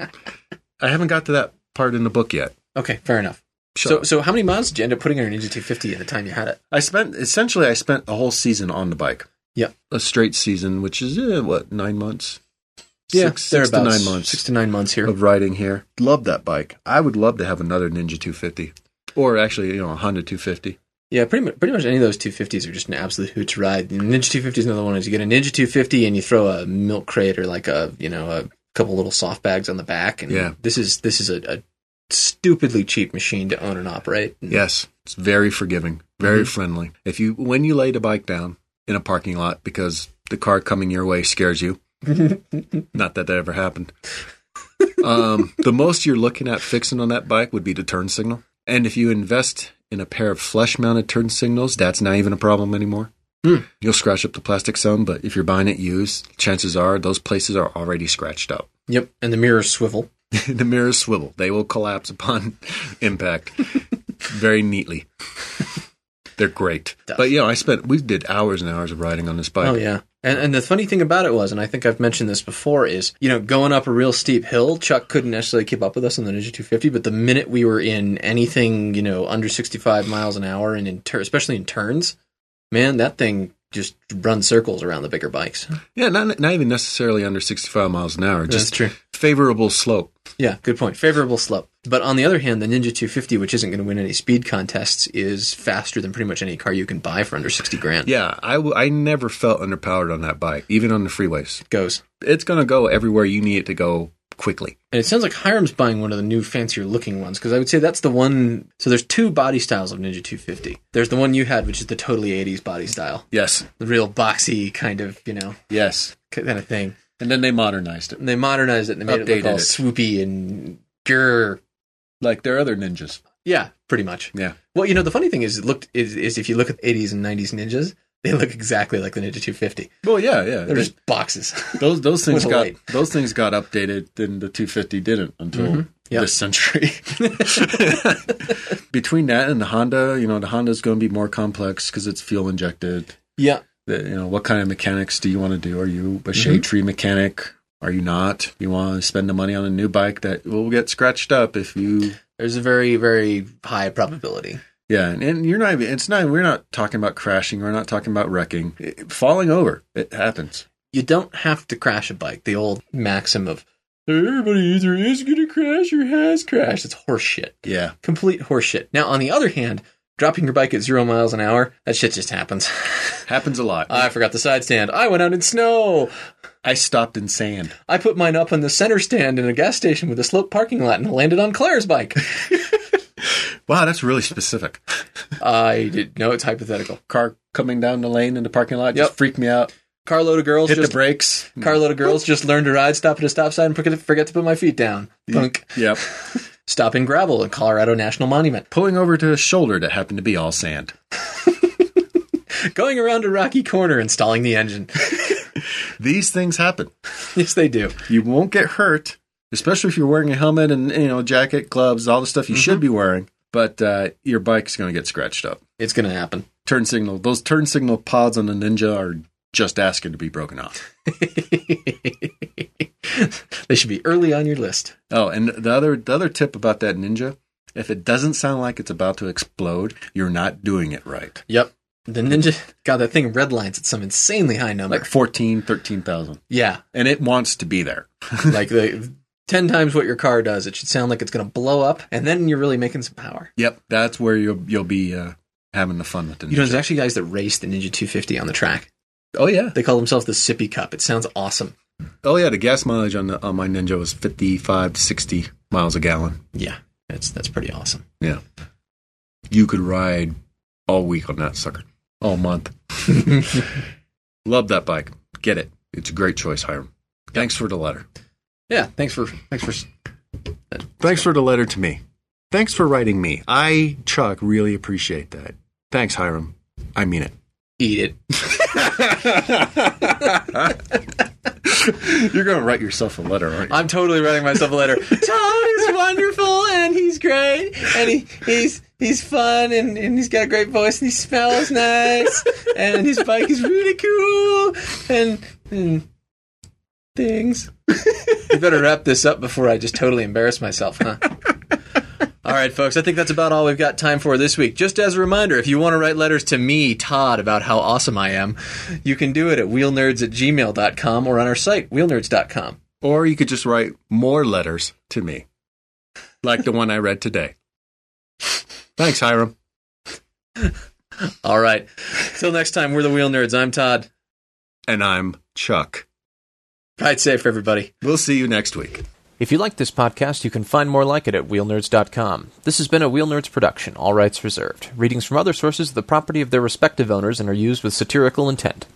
S3: I haven't got to that part in the book yet.
S2: Okay, fair enough.
S3: Shut
S2: so,
S3: up.
S2: so how many miles did you end up putting on your Ninja 250 at the time you had it?
S3: I spent essentially I spent a whole season on the bike.
S2: Yep.
S3: a straight season, which is eh, what nine months. six, six to
S2: thereabouts.
S3: nine months.
S2: Six to nine months here.
S3: of riding here. Love that bike. I would love to have another Ninja 250, or actually, you know, a Honda 250.
S2: Yeah, pretty much. Pretty much any of those 250s are just an absolute hoot to ride. The Ninja 250 is another one. Is you get a Ninja 250 and you throw a milk crate or like a you know a couple little soft bags on the back. And
S3: Yeah.
S2: this is this is a, a stupidly cheap machine to own and operate. And
S3: Yes, it's very forgiving, very friendly. If you when you lay the bike down in a parking lot because the car coming your way scares you, not that that ever happened. um, the most you're looking at fixing on that bike would be the turn signal, and if you invest in a pair of flesh-mounted turn signals, that's not even a problem anymore. You'll scratch up the plastic some, but if you're buying it used, chances are those places are already scratched up.
S2: Yep. And the mirrors swivel.
S3: the mirrors swivel; they will collapse upon impact very neatly. They're great.
S2: Stuff.
S3: But yeah, I spent we did hours and hours of riding on this bike.
S2: Oh yeah. And, and the funny thing about it was, and I think I've mentioned this before, is you know going up a real steep hill, Chuck couldn't necessarily keep up with us on the Ninja 250. But the minute we were in anything you know under 65 miles an hour, and in tur especially in turns, man, that thing just runs circles around the bigger bikes.
S3: Yeah, not not even necessarily under 65 miles an hour, just
S2: true.
S3: favorable slope.
S2: Yeah, good point. Favorable slope. But on the other hand, the Ninja 250, which isn't going to win any speed contests, is faster than pretty much any car you can buy for under 60 grand.
S3: Yeah, I, w- I never felt underpowered on that bike, even on the freeways.
S2: Goes.
S3: It's going to go everywhere you need it to go quickly.
S2: And it sounds like Hiram's buying one of the new fancier looking ones because I would say that's the one. So there's two body styles of Ninja 250. There's the one you had, which is the totally 80s body style,
S3: Yes.
S2: the real boxy kind of, you know,
S3: Yes.
S2: kind of thing.
S3: And then they modernized it.
S2: And they modernized it and they made it
S3: Updated
S2: look all
S3: it.
S2: swoopy and grr.
S3: Like their other ninjas.
S2: Yeah, pretty much.
S3: Yeah.
S2: Well, you know, the funny thing is, it looked is, is if you look at 80s and 90s ninjas, they look exactly like the Ninja 250.
S3: Well, yeah, yeah.
S2: They're just boxes.
S3: those those things
S2: With a
S3: got
S2: light.
S3: those things got updated then the 250 didn't until
S2: Yep.
S3: this century between that and the honda you know the honda's going to be more complex because it's fuel injected
S2: yeah.
S3: the, you know what kind of mechanics do you want to do are you a shade tree mechanic are you not you want to spend the money on a new bike that will get scratched up if you
S2: There's a very, very high probability.
S3: yeah and, and you're not even it's not we're not talking about crashing we're not talking about wrecking It- falling over it happens
S2: you don't have to crash a bike. The old maxim of everybody either is going to crash or has crashed. It's horseshit.
S3: yeah
S2: Complete horseshit. Now, on the other hand, dropping your bike at zero miles an hour, that shit just happens.
S3: happens a lot
S2: I forgot the side stand. I went out in snow.
S3: i stopped in sand
S2: I put mine up on the center stand in a gas station with a sloped parking lot and landed on Claire's bike.
S3: wow that's really specific
S2: I did. No, it's hypothetical.
S3: car coming down the lane in the parking lot just
S2: Yep.
S3: freaked me out.
S2: Carload of girls
S3: Hit
S2: just.
S3: the brakes.
S2: Carload of girls just learned to ride, stop at a stop sign, and forget forget to put my feet down. Punk.
S3: Yep.
S2: Stop in gravel at Colorado National Monument.
S3: Pulling over to a shoulder that happened to be all sand.
S2: going around a rocky corner and stalling the engine.
S3: These things happen.
S2: yes, they do.
S3: You won't get hurt, especially if you're wearing a helmet and you know jacket, gloves, all the stuff you should be wearing. But uh, your bike's going to get scratched up.
S2: It's going to happen.
S3: Turn signal. Those turn signal pods on the Ninja are just asking to be broken off.
S2: they should be early on your list.
S3: Oh, and the other the other tip about that Ninja, if it doesn't sound like it's about to explode, you're not doing it right.
S2: Yep. The Ninja, God, that thing redlines at some insanely high number.
S3: Like 14, 13,000.
S2: yeah.
S3: And it wants to be there.
S2: Like the 10 times what your car does. It should sound like it's going to blow up, and then you're really making some power.
S3: Yep, that's where you'll you'll be uh, having the fun with the
S2: You know,
S3: ninja.
S2: there's actually guys that race the Ninja 250 on the track.
S3: oh yeah,
S2: They call themselves the Sippy Cup. It sounds awesome.
S3: oh yeah. The gas mileage on the on my ninja was fifty five to sixty miles a gallon.
S2: Yeah. That's, that's pretty awesome.
S3: Yeah, you could ride all week on that sucker, all month. Love that bike. Get it. It's a great choice, Hiram. Thanks for the letter.
S2: Yeah. Thanks for, thanks for,
S3: Thanks for the letter to me. Thanks for writing me. I Chuck really appreciate that. Thanks, Hiram. I mean it.
S2: eat it.
S3: You're gonna write yourself a letter, aren't you?
S2: I'm totally writing myself a letter. Todd is wonderful and he's great and he, he's he's fun and, and he's got a great voice and he smells nice and his bike is really cool and, and things. you better wrap this up before I just totally embarrass myself, huh? All right, folks, I think that's about all we've got time for this week. Just as a reminder, if you want to write letters to me, Todd, about how awesome I am, you can do it at wheelnerds at gmail.com or on our site, wheelnerds.com.
S3: Or you could just write more letters to me, like the one I read today. Thanks, Hiram.
S5: All right. Till next time, we're the Wheel Nerds. I'm Todd.
S3: And I'm Chuck.
S5: Ride safe, everybody.
S3: We'll see you next week.
S2: If you like this podcast, you can find more like it at wheelnerds.com. This has been a Wheel Nerds production, all rights reserved. Readings from other sources are the property of their respective owners and are used with satirical intent.